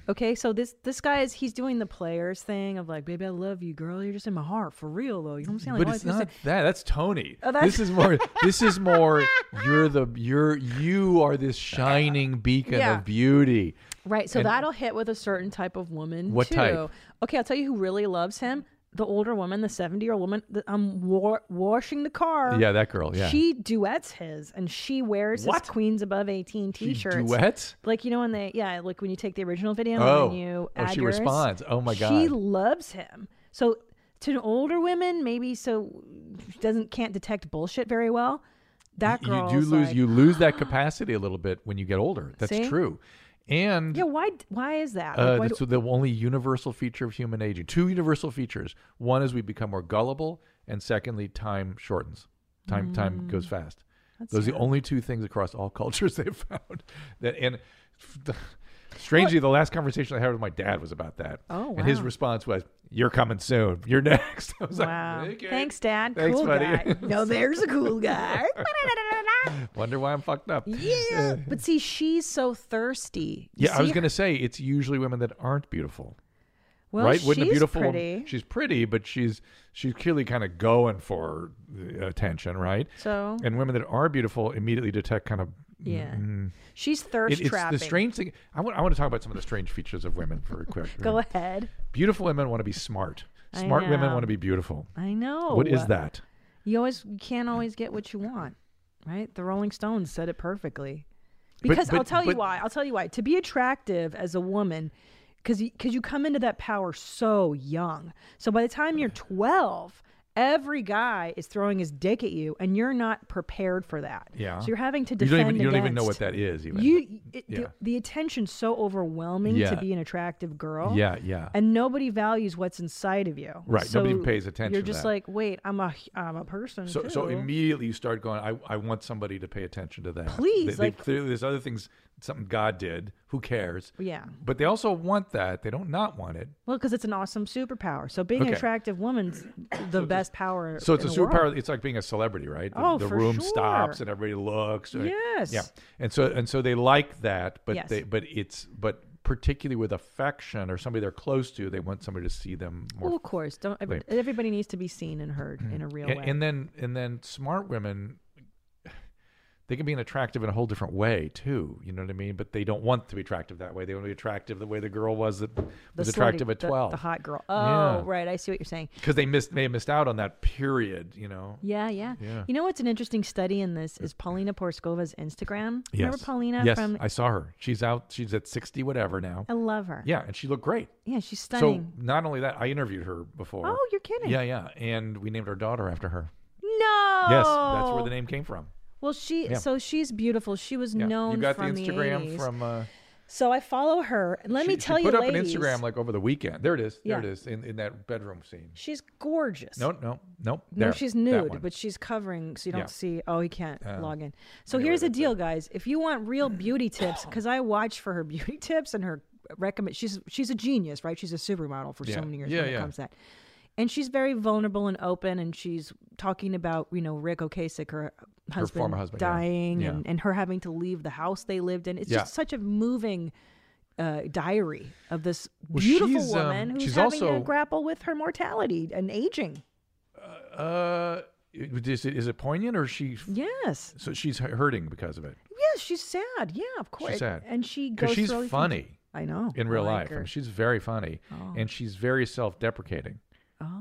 Okay, so this this guy is he's doing the players thing of like, baby, I love you, girl. You're just in my heart for real, though. You know what I'm saying? Like, but all it's these not things- that. That's Tony. Oh, that's- This [laughs] is more. this is more. You're the. You're you are this shining beacon Yeah. of beauty. right. So And- that'll hit with a certain type of woman What too. type? Okay, I'll tell you who really loves him: the older woman, the 70 year old woman. The, I'm wa- washing the car. Yeah, that girl, yeah. she duets his, and she wears What? his Queens Above 18 T-shirts. duets? Like you know when they yeah, like when you take the original video Oh. and then you Oh, add she yours. responds. Oh my She God. loves him. So to an older women, maybe so she doesn't can't detect bullshit very well. That you girl do lose like, you [gasps] lose that capacity a little bit when you get older. That's See? true. And Yeah, why why is that? Like, uh, why that's do- the only universal feature of human aging. Two universal features. One is we become more gullible, and secondly, time shortens. Time time Mm. goes fast. That's Those are the sad. only two things across all [laughs] cultures they've found. That and [laughs] strangely, the last conversation I had with my dad was about that. Oh, And his wow. response was, "You're coming soon. You're [laughs] next." I was Wow. like, "Okay." Thanks, Dad. Thanks, cool buddy." guy. [laughs] no, there's a cool guy. Wonder why I'm fucked up. yeah. But see, she's so thirsty. You Yeah, I was see going to say it's usually women that aren't beautiful. Well, right? Wouldn't she's a beautiful woman- pretty. she's pretty, but she's she's clearly kind of going for uh, attention, right? So? and women that are beautiful immediately detect kind of Yeah. mm, She's thirst It- it's trapping. The strange thing I want I want to talk about some of the strange features of women for a quick. [laughs] Go ahead. Beautiful women want to be smart. I Smart women know. Oh, want to be beautiful. I know. What is that? You always you can't always get what you want, right? The Rolling Stones said it perfectly. But- Because I'll but- tell but- you why. I'll tell you why. To be attractive as a woman, because because you come into that power so young. So by the time you're 12, every guy is throwing his dick at you, and you're not prepared for that. Yeah. So you're having to You defend. don't even- you don't even know against- what that is even. You it, Yeah. the, the attention's so overwhelming Yeah. to be an attractive girl. Yeah, yeah. And nobody values what's inside of you. Right, nobody So pays attention You're to just that. like, wait, I'm a h- I'm a person. So, too. so immediately you start going, I, I want somebody to pay attention to that. Please, They- they- like- clearly there's other things, something God did. Who cares? Yeah. But they also want that. They don't not want it. Well, because it's an awesome superpower. So being an Okay. attractive woman's the best power. So it's in a the world. superpower. It's like being a celebrity, right? The, Oh, the for room sure. stops and everybody looks. right? Yes. Yeah. And so and so they like that, but Yes. they but it's but particularly with affection or somebody they're close to, they want somebody to see them more. Well, of course, don't every, Wait. everybody needs to be seen and heard in a real and, way. and then and then smart women they can be attractive in a whole different way too you know what i mean but they don't want to be attractive that way they want to be attractive the way the girl was that was slutty- attractive at the- 12 the, hot girl. Oh, right, I see what you're saying. because they missed they missed out on that period you know Yeah, yeah, Yeah. Uh, You know what's an interesting study in this is Paulina Porskova's Instagram. Remember Yes. Paulina yes from? i saw her she's out she's at 60 whatever now I love her. yeah and she looked great Yeah, she's so stunning. not only that i interviewed her before Oh, you're kidding. yeah yeah and we named our daughter after her No. yes that's Oh. where the name came from Well, she Yeah. so she's beautiful. She was yeah. known. you got from the instagram 80s. from uh So I follow her. Let me She- tell she you, put up ladies, an Instagram like over the weekend. There it is. There Yeah. it is in, in that bedroom scene. She's gorgeous. No, no, no. No, there, she's that nude, one. but she's covering, so you don't Yeah. see. Oh, he can't Uh, log in. So here's the deal, guys. If you want real [coughs] beauty tips, because I watch for her beauty [laughs] tips and her recommend. She's she's a genius, right? She's a supermodel for Yeah. so many years Yeah, when yeah. it comes to that. And she's very vulnerable and open, and she's talking about you know Rick Ocasek, her husband, former husband, yeah. dying, Yeah. And, and her having to leave the house they lived in. It's Yeah. just such a moving uh, diary of this Well, beautiful she's, um, woman who's she's having also- to grapple with her mortality and aging. Uh, it- is it is it poignant or is she? Yes. So she's hu- hurting because of it. Yes, she's sad. Yeah, of course. She's sad, And she goes because she's through all these things. funny. I know. In I real like life, I mean, her. she's very funny, Oh. and she's very self-deprecating.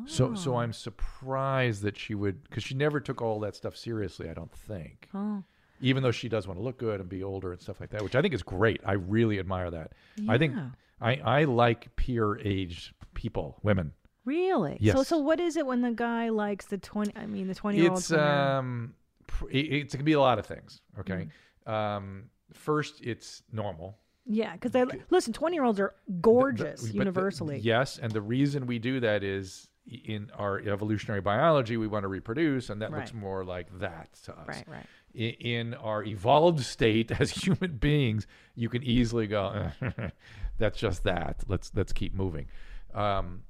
So, so Oh. I'm surprised that she would, because she never took all that stuff seriously. I don't think. Oh. even though she does want to look good and be older and stuff like that, which I think is great. I really admire that. I think Yeah. I, I like peer aged people, women. Really? So Yes. so what is it when the guy likes the 20 I mean the 20 year old It's um, pr- it, it can be a lot of things. Okay, um, first it's normal. Yeah, cuz they listen, 20 year olds are gorgeous But the- universally. yes, and the reason we do that is in our evolutionary biology, we want to reproduce, and that looks Right. more like that to us. Right, right. I- In our evolved state [laughs] as human beings, you can easily go, [laughs] "That's just that. Let's let's keep moving." Um,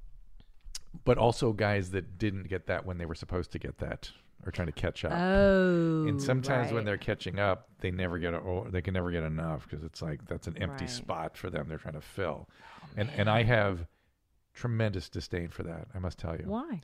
but also, guys that didn't get that when they were supposed to get that are trying to catch up. Oh, and sometimes when right. they're catching up, they never get a, or they can never get enough because it's like that's an Right. empty Oh, spot for them. They're trying to fill, and and I have tremendous disdain for that. I must tell you. Why?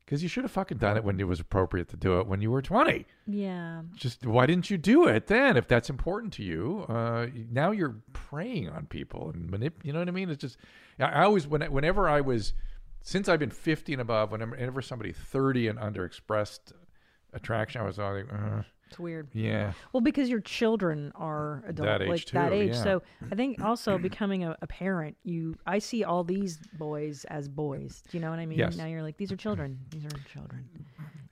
Because you should have fucking done it when it was appropriate to do it when you were 20. Yeah. Just why didn't you do it then if that's important to you? Uh, now you're preying on people and manip- you know what I mean? It's just, I I always, when, whenever I was, since I've been 50 and above, whenever, whenever somebody 30 and under expressed attraction, I was all like, uh, It's weird. Yeah. Well, because your children are adult, That age like that too, age. yeah. So I [clears throat] think also becoming a, a parent, you I see all these boys as boys. Do you know what I mean? Yes. uh, Now you're like, these are children. These are children.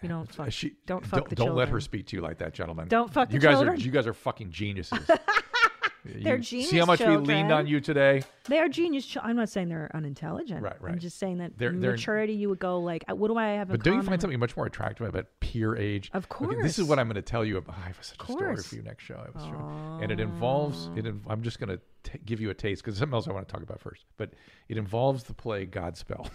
You don't fuck. She, don't fuck don't, the don't children. let her speak to you like that, gentlemen. Don't fuck the you guys Are, children. you guys are [laughs] fucking geniuses. They're You- genius See how much we leaned children. on you today? They are genius. Chil- I'm not saying they're unintelligent. Right, right. I'm just saying that They're- they're- maturity, you would go like, what do I have? in But don't you common find something much more attractive about peer age? Of course. this is what I'm going to tell you about. I have such a story course. for you next show. It was true. And it involves, it. In, I'm just going to give you a taste because something else I want to talk about first. But it involves the play Godspell.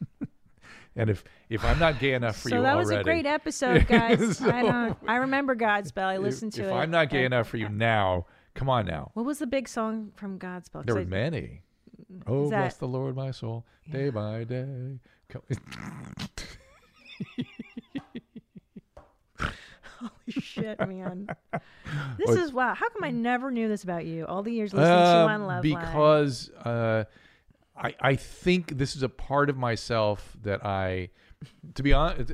[laughs] and if if I'm not gay enough for so you that already. was a [laughs] great episode, guys. So I don't. I remember Godspell. I listened if, to if it. I'm not gay [laughs] enough for you now, come on now. What was the big song from Godspell? 'Cause There I- were many. Oh, that- bless the Lord, my soul, day by day. Come- [laughs] Holy shit, [laughs] man! This Or- is wow. How come I never knew this about you? All the years listening to you Um, on Love Line. because uh, I I think this is a part of myself that I, to be honest,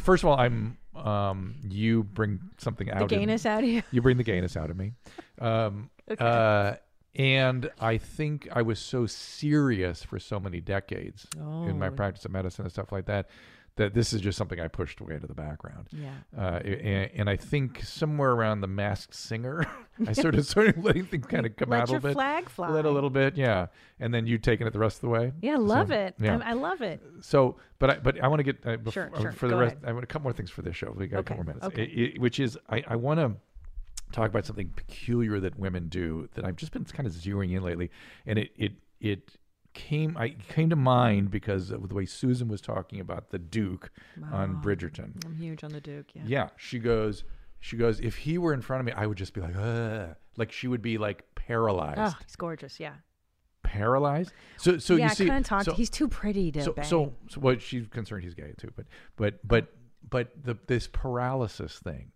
first of all, I'm um you bring something out in- gayness out of you? You bring the gayness out of me, um Okay. uh, and I think I was so serious for so many decades in my Oh. practice of medicine and stuff like that. That this is just something I pushed away into the background. Yeah. Uh, and, and I think somewhere around the Masked Singer, [laughs] I sort of started letting things kind of come Let out a your little bit. flag fly. Let a little bit, yeah. And then you taking it the rest of the way. Yeah, So, love it. Yeah. I'm- I love it. So, but I, but I want to get uh, bef- Sure, uh, sure. for the Go rest. ahead. I want a couple more things for this show. We got a Okay, couple more minutes. okay. It- it- which is, I, I want to talk about something peculiar that women do that I've just been kind of zeroing in lately, and it it it came I came to mind because of the way Susan was talking about the Duke on Bridgerton. I'm huge on the Duke. Yeah. She goes, she goes, if he were in front of me, I would just be like, Ugh. like she would be like paralyzed. Oh, he's gorgeous. Yeah. Paralyzed. So, so yeah, you see, I couldn't talk. so- to he's too pretty to so, bang. so, so, well, she's concerned he's gay too, but, but, but, but the, this paralysis thing,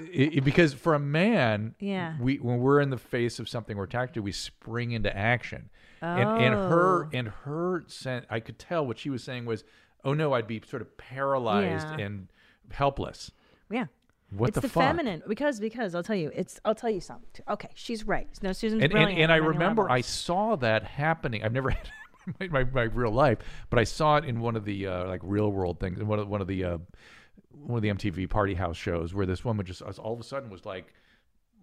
It- it- because for a man, Yeah. we when we're in the face of something we're attacked to, we spring into action, and and Oh. her and her sent, I could tell what she was saying was, oh no, I'd be sort of paralyzed Yeah. and helpless. yeah. What it's the the, fuck? feminine because because I'll tell you it's I'll tell you something. Okay, she's right. No, Susan's and, and, brilliant. and I on many remember levels. I saw that happening. I've never [laughs] had it in my, my, my real life, but I saw it in one of the uh, like real world things, in one of one of the uh, one of the MTV Party House shows where this woman just all of a sudden was like,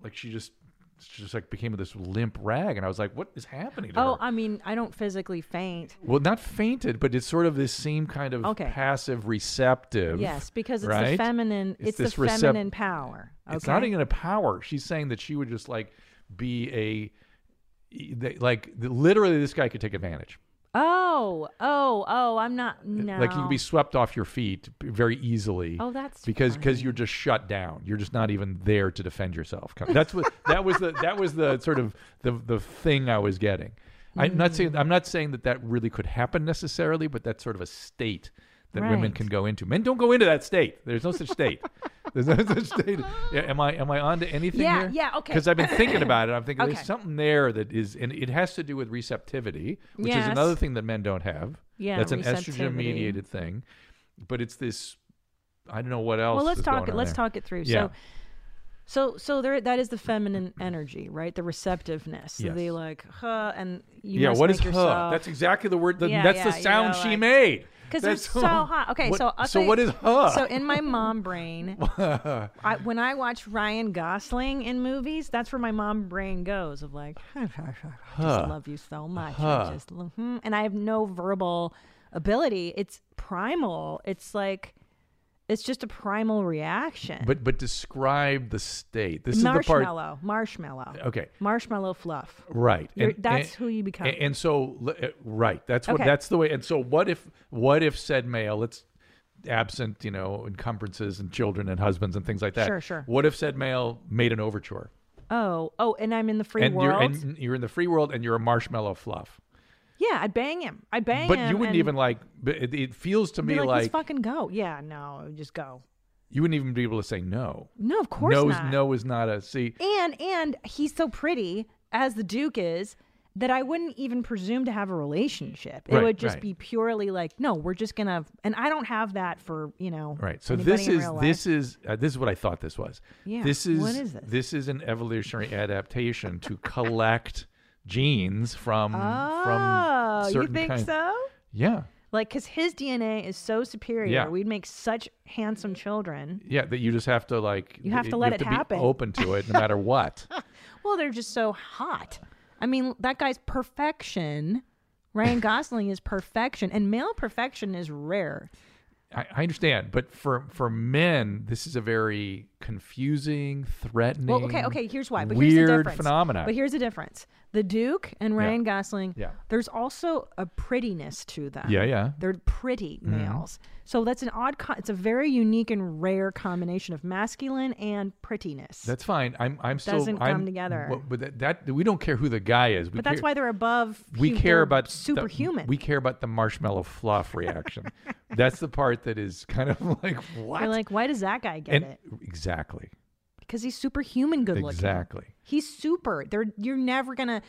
like she just she just like became this limp rag, and I was like, what is happening? To Oh, her? I mean, I don't physically faint. Well, not fainted, but it's sort of this same kind of Okay. passive receptive. Yes, because it's the right? feminine. It's, this the recep- feminine power. Okay? It's not even a power. She's saying that she would just like be a that- like literally this guy could take advantage. Oh, oh, oh! I'm not. No. Like you could be swept off your feet very easily. Oh, that's because because you're just shut down. You're just not even there to defend yourself. Come- That's what that was the that was the sort of the the thing I was getting. I'm not Mm. saying I'm not saying that that really could happen necessarily, but that's sort of a state that women Right. can go into. Men don't go into that state. There's no such state. There's no such [laughs] state. Yeah, am I am I onto anything Yeah, here? yeah, okay. Because I've been thinking about it. I'm thinking Okay. there's something there that is, and it has to do with receptivity, which is Yes. another thing that men don't have. Yeah, that's an receptivity. estrogen mediated thing, but it's this. I don't know what else. Well, let's is talk. going on Let's there. talk it through. Yeah. So, so, so there. That is the feminine energy, right? The receptiveness. So Yes. they like, huh, and you yeah, must what make is huh? yourself- That's exactly the word. The, Yeah, that's yeah, the you sound know, she like- made. Because they're That's [laughs] so all- hot. Okay, What- so I'll so tell you- what is huh? So in my mom [laughs] brain, I, when I watch Ryan Gosling in movies, that's where my mom brain goes of like, I just Huh. love you so much. I Huh. just, lo- hmm. And I have no verbal ability. It's primal. It's like it's just a primal reaction. But but describe the state. This is the part. marshmallow, marshmallow. Okay. Marshmallow fluff. Right. You're- And- that's and- who you become. And, and so l- uh, right. That's what Okay. that's the way. And so what if what if said male, let's absent, you know, encumbrances and children and husbands and things like that. Sure, sure. What if said male made an overture? oh, oh, and I'm in the free and world. you're and you're in the free world and you're a marshmallow fluff. yeah, I'd bang him. I'd bang but him. you wouldn't and even like but it, it feels to be me like, like just fucking go. Yeah, no, just go. you wouldn't even be able to say no. No, of course no not. Is, no is not a see. And and he's so pretty as the Duke is that I wouldn't even presume to have a relationship. It Right, would just right. be purely like, no, we're just gonna. And I don't have that for you know. Right. So anybody this in is real life. this is uh, this is what I thought this was. Yeah, This is what is this? is an evolutionary adaptation to collect genes from from Oh, you certain think kinds- so? Yeah. Like, because his DNA is so superior, Yeah. we'd make such handsome children. Yeah, that you just have to like You have th- to let have it be happen. open to it no matter what. Well, they're just so hot. I mean, that guy's perfection. Ryan Gosling is perfection, and male perfection is rare. I, I understand, but for for men, this is a very confusing, threatening. Well, okay, okay. Here's why. But weird here's the difference. phenomena. But here's the difference: the Duke and Ryan Gosling. Yeah. There's also a prettiness to them. Yeah, yeah. They're pretty Mhm. males. So that's an odd. Co- it's a very unique and rare combination of masculine and prettiness. That's fine. I'm I'm still Doesn't come I'm- together. wh- But that, that we don't care who the guy is. We but that's care- why they're above. we hu- care they're about the- superhuman. we care about the marshmallow [laughs] fluff reaction. that's the part that is kind of [laughs] like what You're like, why does that guy get and it? exactly Because he's superhuman good looking. exactly. He's super. They're you're never gonna.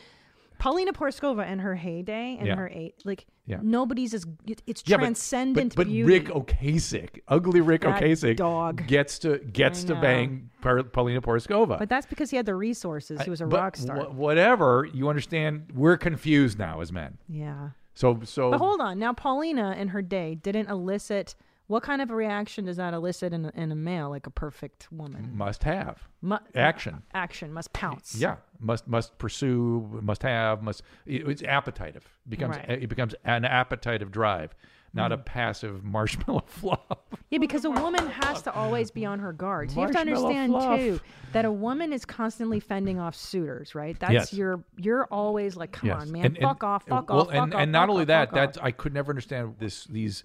Paulina Porskova in her heyday and Yeah. her eight like Yeah. nobody's as it- it's Yeah, but- but- transcendent But, beauty. Rick Ocasek, ugly Rick That Ocasek, dog. gets to gets I to know. bang Per- Paulina Poroskova. But that's because he had the resources. He was a But rock star. wh- whatever you understand, we're confused now as men. yeah. So so But hold on. Now Paulina in her day didn't elicit what kind of a reaction does that elicit in a, in a male like a perfect woman? must have Mu- Mm. uh, action. Action must pounce. Yeah, must must pursue, must have, must. it- it's appetitive. It becomes Right. it becomes an appetitive drive, not a Mhm. passive [laughs] marshmallow fluff. Yeah, because a woman has to always be on her guard. So you have to Marshmallow understand fluff. too that a woman is constantly fending off suitors, right? That's Yes. your you're always like, come Yes. on, man, fuck off, fuck well, off, fuck and, off. and not fuck only off, that, fuck off. that I could never understand this these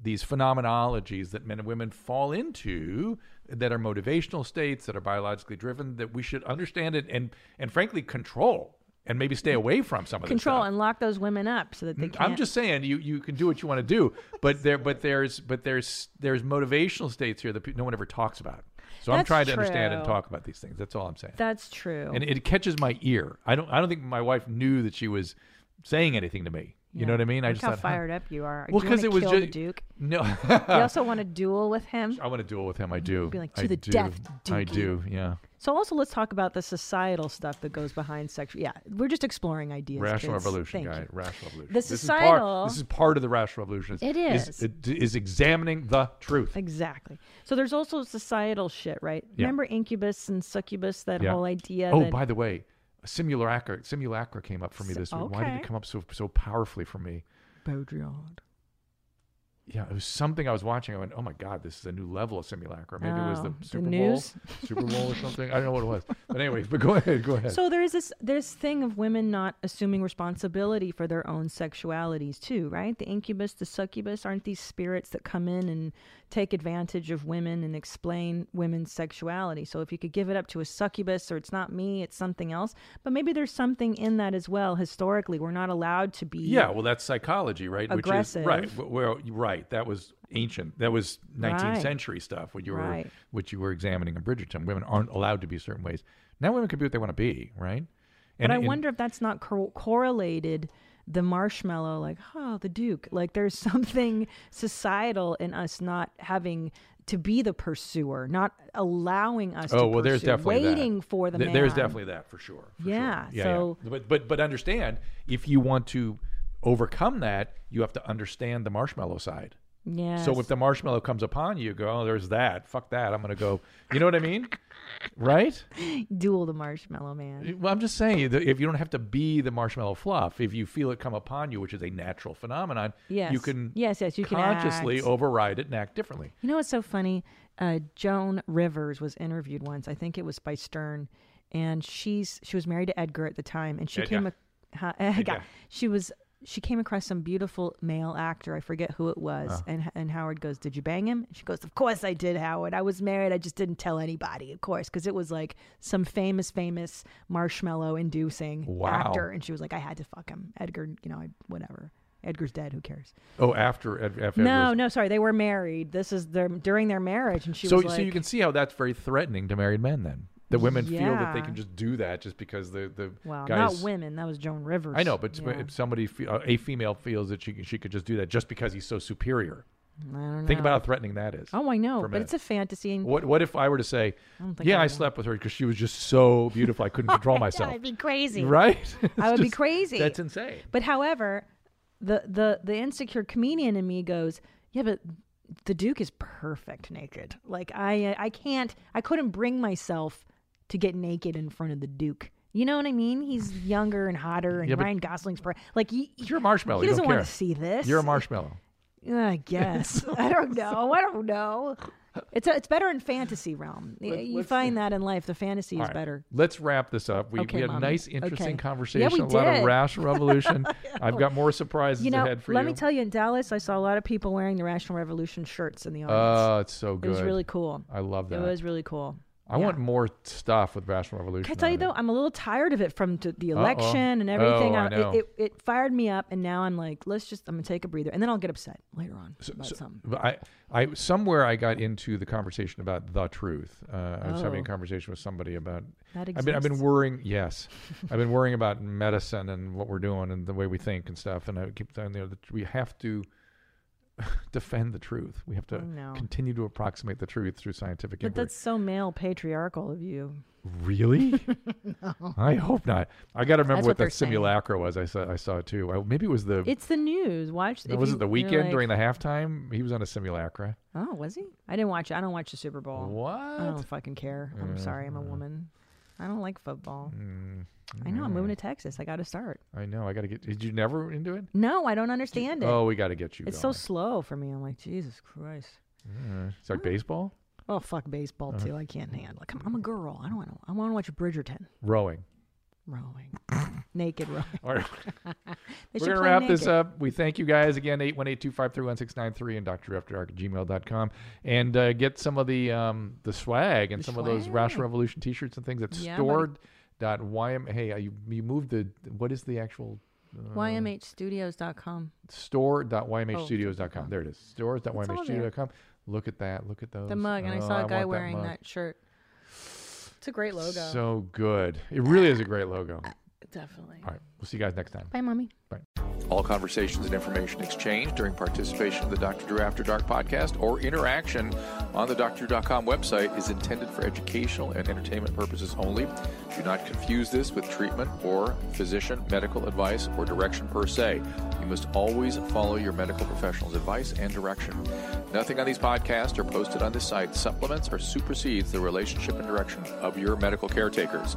these phenomenologies that men and women fall into that are motivational states that are biologically driven that we should understand it and and frankly control and maybe stay away from some of this control stuff. Mm, and lock those women up so that they can't. I'm just saying you, you can do what you want to do, but there but there's but there's there's motivational states here that pe- no one ever talks about. So I'm That's trying to understand and true. talk about these things. That's all I'm saying. That's true. And it catches my ear. I don't I don't think my wife knew that she was saying anything to me. You know what I mean? I Look just how thought, huh. fired up you are. Well, Do you wanna because it was kill just the Duke. No, [laughs] [laughs] you also want to duel with him. I want to duel with him. I do. Be like, to I the do. death, I Dookie. do. Yeah. So also let's talk about the societal stuff that goes behind sexual. Yeah, we're just exploring ideas. Rational kids. Revolution, Thank guy. you. Rational Revolution. The societal. This is part, this is part of the Rational Revolution. It Is, is, is examining the truth. Exactly. So there's also societal shit, right? Yeah. Remember incubus and succubus, that Yeah. whole idea. Oh, that, by the way, simulacra simulacra came up for me this week. Why did okay. it come up so so powerfully for me? Baudrillard. Yeah, it was something I was watching. I went, "Oh my god, this is a new level of simulacra." Maybe it was Oh, the the Super news? Bowl, [laughs] Super Bowl or something. I don't know what it was. But anyway, but go ahead, go ahead. So there is this this thing of women not assuming responsibility for their own sexualities too, right? The incubus, the succubus, aren't these spirits that come in and take advantage of women and explain women's sexuality? So if you could give it up to a succubus, or it's not me, it's something else. But maybe there's something in that as well. Historically, we're not allowed to be. Yeah, well, that's psychology, right? Aggressive. Which is, right. w- Well, you- right. That was ancient. That was 19th Right. century stuff. What you were, Right. what you were examining in Bridgerton. Women aren't allowed to be certain ways. Now women can be what they want to be, right? but I wonder if that's not cor- correlated the marshmallow, like, oh, the Duke. Like, there's [laughs] something societal in us not having to be the pursuer, not allowing us to Oh well, there's pursue, definitely that. waiting for the Th- man. There's definitely that for sure. for sure. Yeah, Yeah. so- yeah. But but but understand if you want to overcome that, you have to understand the marshmallow side. So Yes. if the marshmallow comes upon you, you go, oh, there's that. Fuck that. I'm gonna go. You know what I mean? right? Duel the marshmallow man. Well, I'm just saying, that if you don't have to be the marshmallow fluff, if you feel it come upon you, which is a natural phenomenon, Yes. you can Yes, yes, you can consciously act. override it and act differently. You know what's so funny? Uh, Joan Rivers was interviewed once. I think it was by Stern, and she's she was married to Edgar at the time, and she Edgar. came. ac- huh, Edgar. Edgar. She was she came across some beautiful male actor. I forget who it was, Uh. and and Howard goes, "Did you bang him?" And she goes, "Of course I did, Howard. I was married. I just didn't tell anybody, of course, because it was like some famous, famous marshmallow inducing Wow. actor." And she was like, "I had to fuck him, Edgar. You know, I, whatever. Edgar's dead. Who cares?" Oh, after Ed- after No, no, sorry. They were married. This is their during their marriage, and she so, was like, so you can see how that's very threatening to married men. Then that women feel that they Yeah. can just do that just because the the "Well, guys. not women. That was Joan Rivers." I know, but sp- Yeah. if somebody fe- uh, a female feels that she can- she could just do that just because he's so superior. I don't Think know. about how threatening that is. oh, I know, for but men. it's a fantasy. And What what if I were to say, I don't think yeah, I I, would. slept with her because she was just so beautiful I [laughs] couldn't control myself. I'd be crazy, Right? [laughs] I would be Just- crazy. That's insane. But however, the the the insecure comedian in me goes, "Yeah, but the Duke is perfect naked. Like I uh, I can't I couldn't bring myself to get naked in front of the Duke." You know what I mean? He's younger and hotter, and Yeah, but- Ryan Gosling's per- like he, you're a marshmallow. He you doesn't don't want care. to see this. You're a marshmallow. [laughs] I guess. I don't know. I don't know. It's a, it's better in fantasy realm. Y- Let- you let's- find that in life, the fantasy All is right, better. Let's wrap this up. We, we Okay, had a Mommy. nice, interesting Okay. Yeah, we conversation. a lot did. [laughs] of rational revolution. I've got more surprises You know, ahead for let you. me tell you, in Dallas, I saw a lot of people wearing the Rational Revolution shirts in the audience. Oh, it's so It good. was really cool. I love that. It was really cool. I want more stuff with rational revolution. Can I tell on you it. though, I'm a little tired of it from t- the Uh-oh. election and everything. Oh, I it- know. It, it, fired me up, and now I'm like, let's just, I'm gonna take a breather, and then I'll get upset later on about so- something. but I, I, somewhere I got into the conversation about the truth. Uh, I was having Oh. a conversation with somebody about. That I've been, I've been exists. worrying. [laughs] Yes, I've been worrying about medicine and what we're doing and the way we think and stuff. And I keep saying, you know, that we have to [laughs] defend the truth. We have to I know. continue to approximate the truth through scientific Oh, But inquiry. that's so male patriarchal of you. [laughs] [laughs] Really? I hope not. I got to remember That's what, what they're that saying. simulacra was. I saw. I saw it too. I, maybe it was the. It's the news. Watch. no, if was you- it the you're weekend like- during the halftime? He was on a simulacra. Oh, was he? I didn't watch. I don't watch the Super Bowl. What? Mm-hmm. I don't fucking care. I'm Yeah, sorry. I'm a yeah. woman. I don't like football. I know. I'm Mm-hmm. moving to Texas. I got to start. Hmm, I know. I got to get. Did you never into it? No, I don't understand it. Oh, we got to get you. It's going. so slow for me. I'm like, Jesus Christ. Mm, It's like baseball, Oh fuck baseball Uh-huh. too. I can't handle. it. Come, I'm a girl. I don't want to. I want to watch Bridgerton rowing. rowing, [laughs] naked rowing. All right. [laughs] They should We're going to play wrap this naked. up. We thank you guys again, 818-253-1693 and drafterdark at gmail.com. And uh, get some of the um, the swag and some of those Rational Revolution t-shirts and things at Yeah, buddy. stored dot ym. Hey, uh, you, you moved the, what is the actual? Uh, YMHstudios.com. Store.ymhstudios.com. Oh, there it is. Stores.ymhstudios.com. Look at that. Look at those. The mug, and I saw a Oh, guy want that wearing mug. that shirt. It's a great logo. So good. It really is a great logo. Definitely. All right. We'll see you guys next time. Bye, mommy. All conversations and information exchanged during participation in the Dr. Drew After Dark podcast or interaction on the drdrew.com website is intended for educational and entertainment purposes only. Do not confuse this with treatment or physician medical advice or direction per se. You must always follow your medical professional's advice and direction. Nothing on these podcasts or posted on this site supplements or supersedes the relationship and direction of your medical caretakers.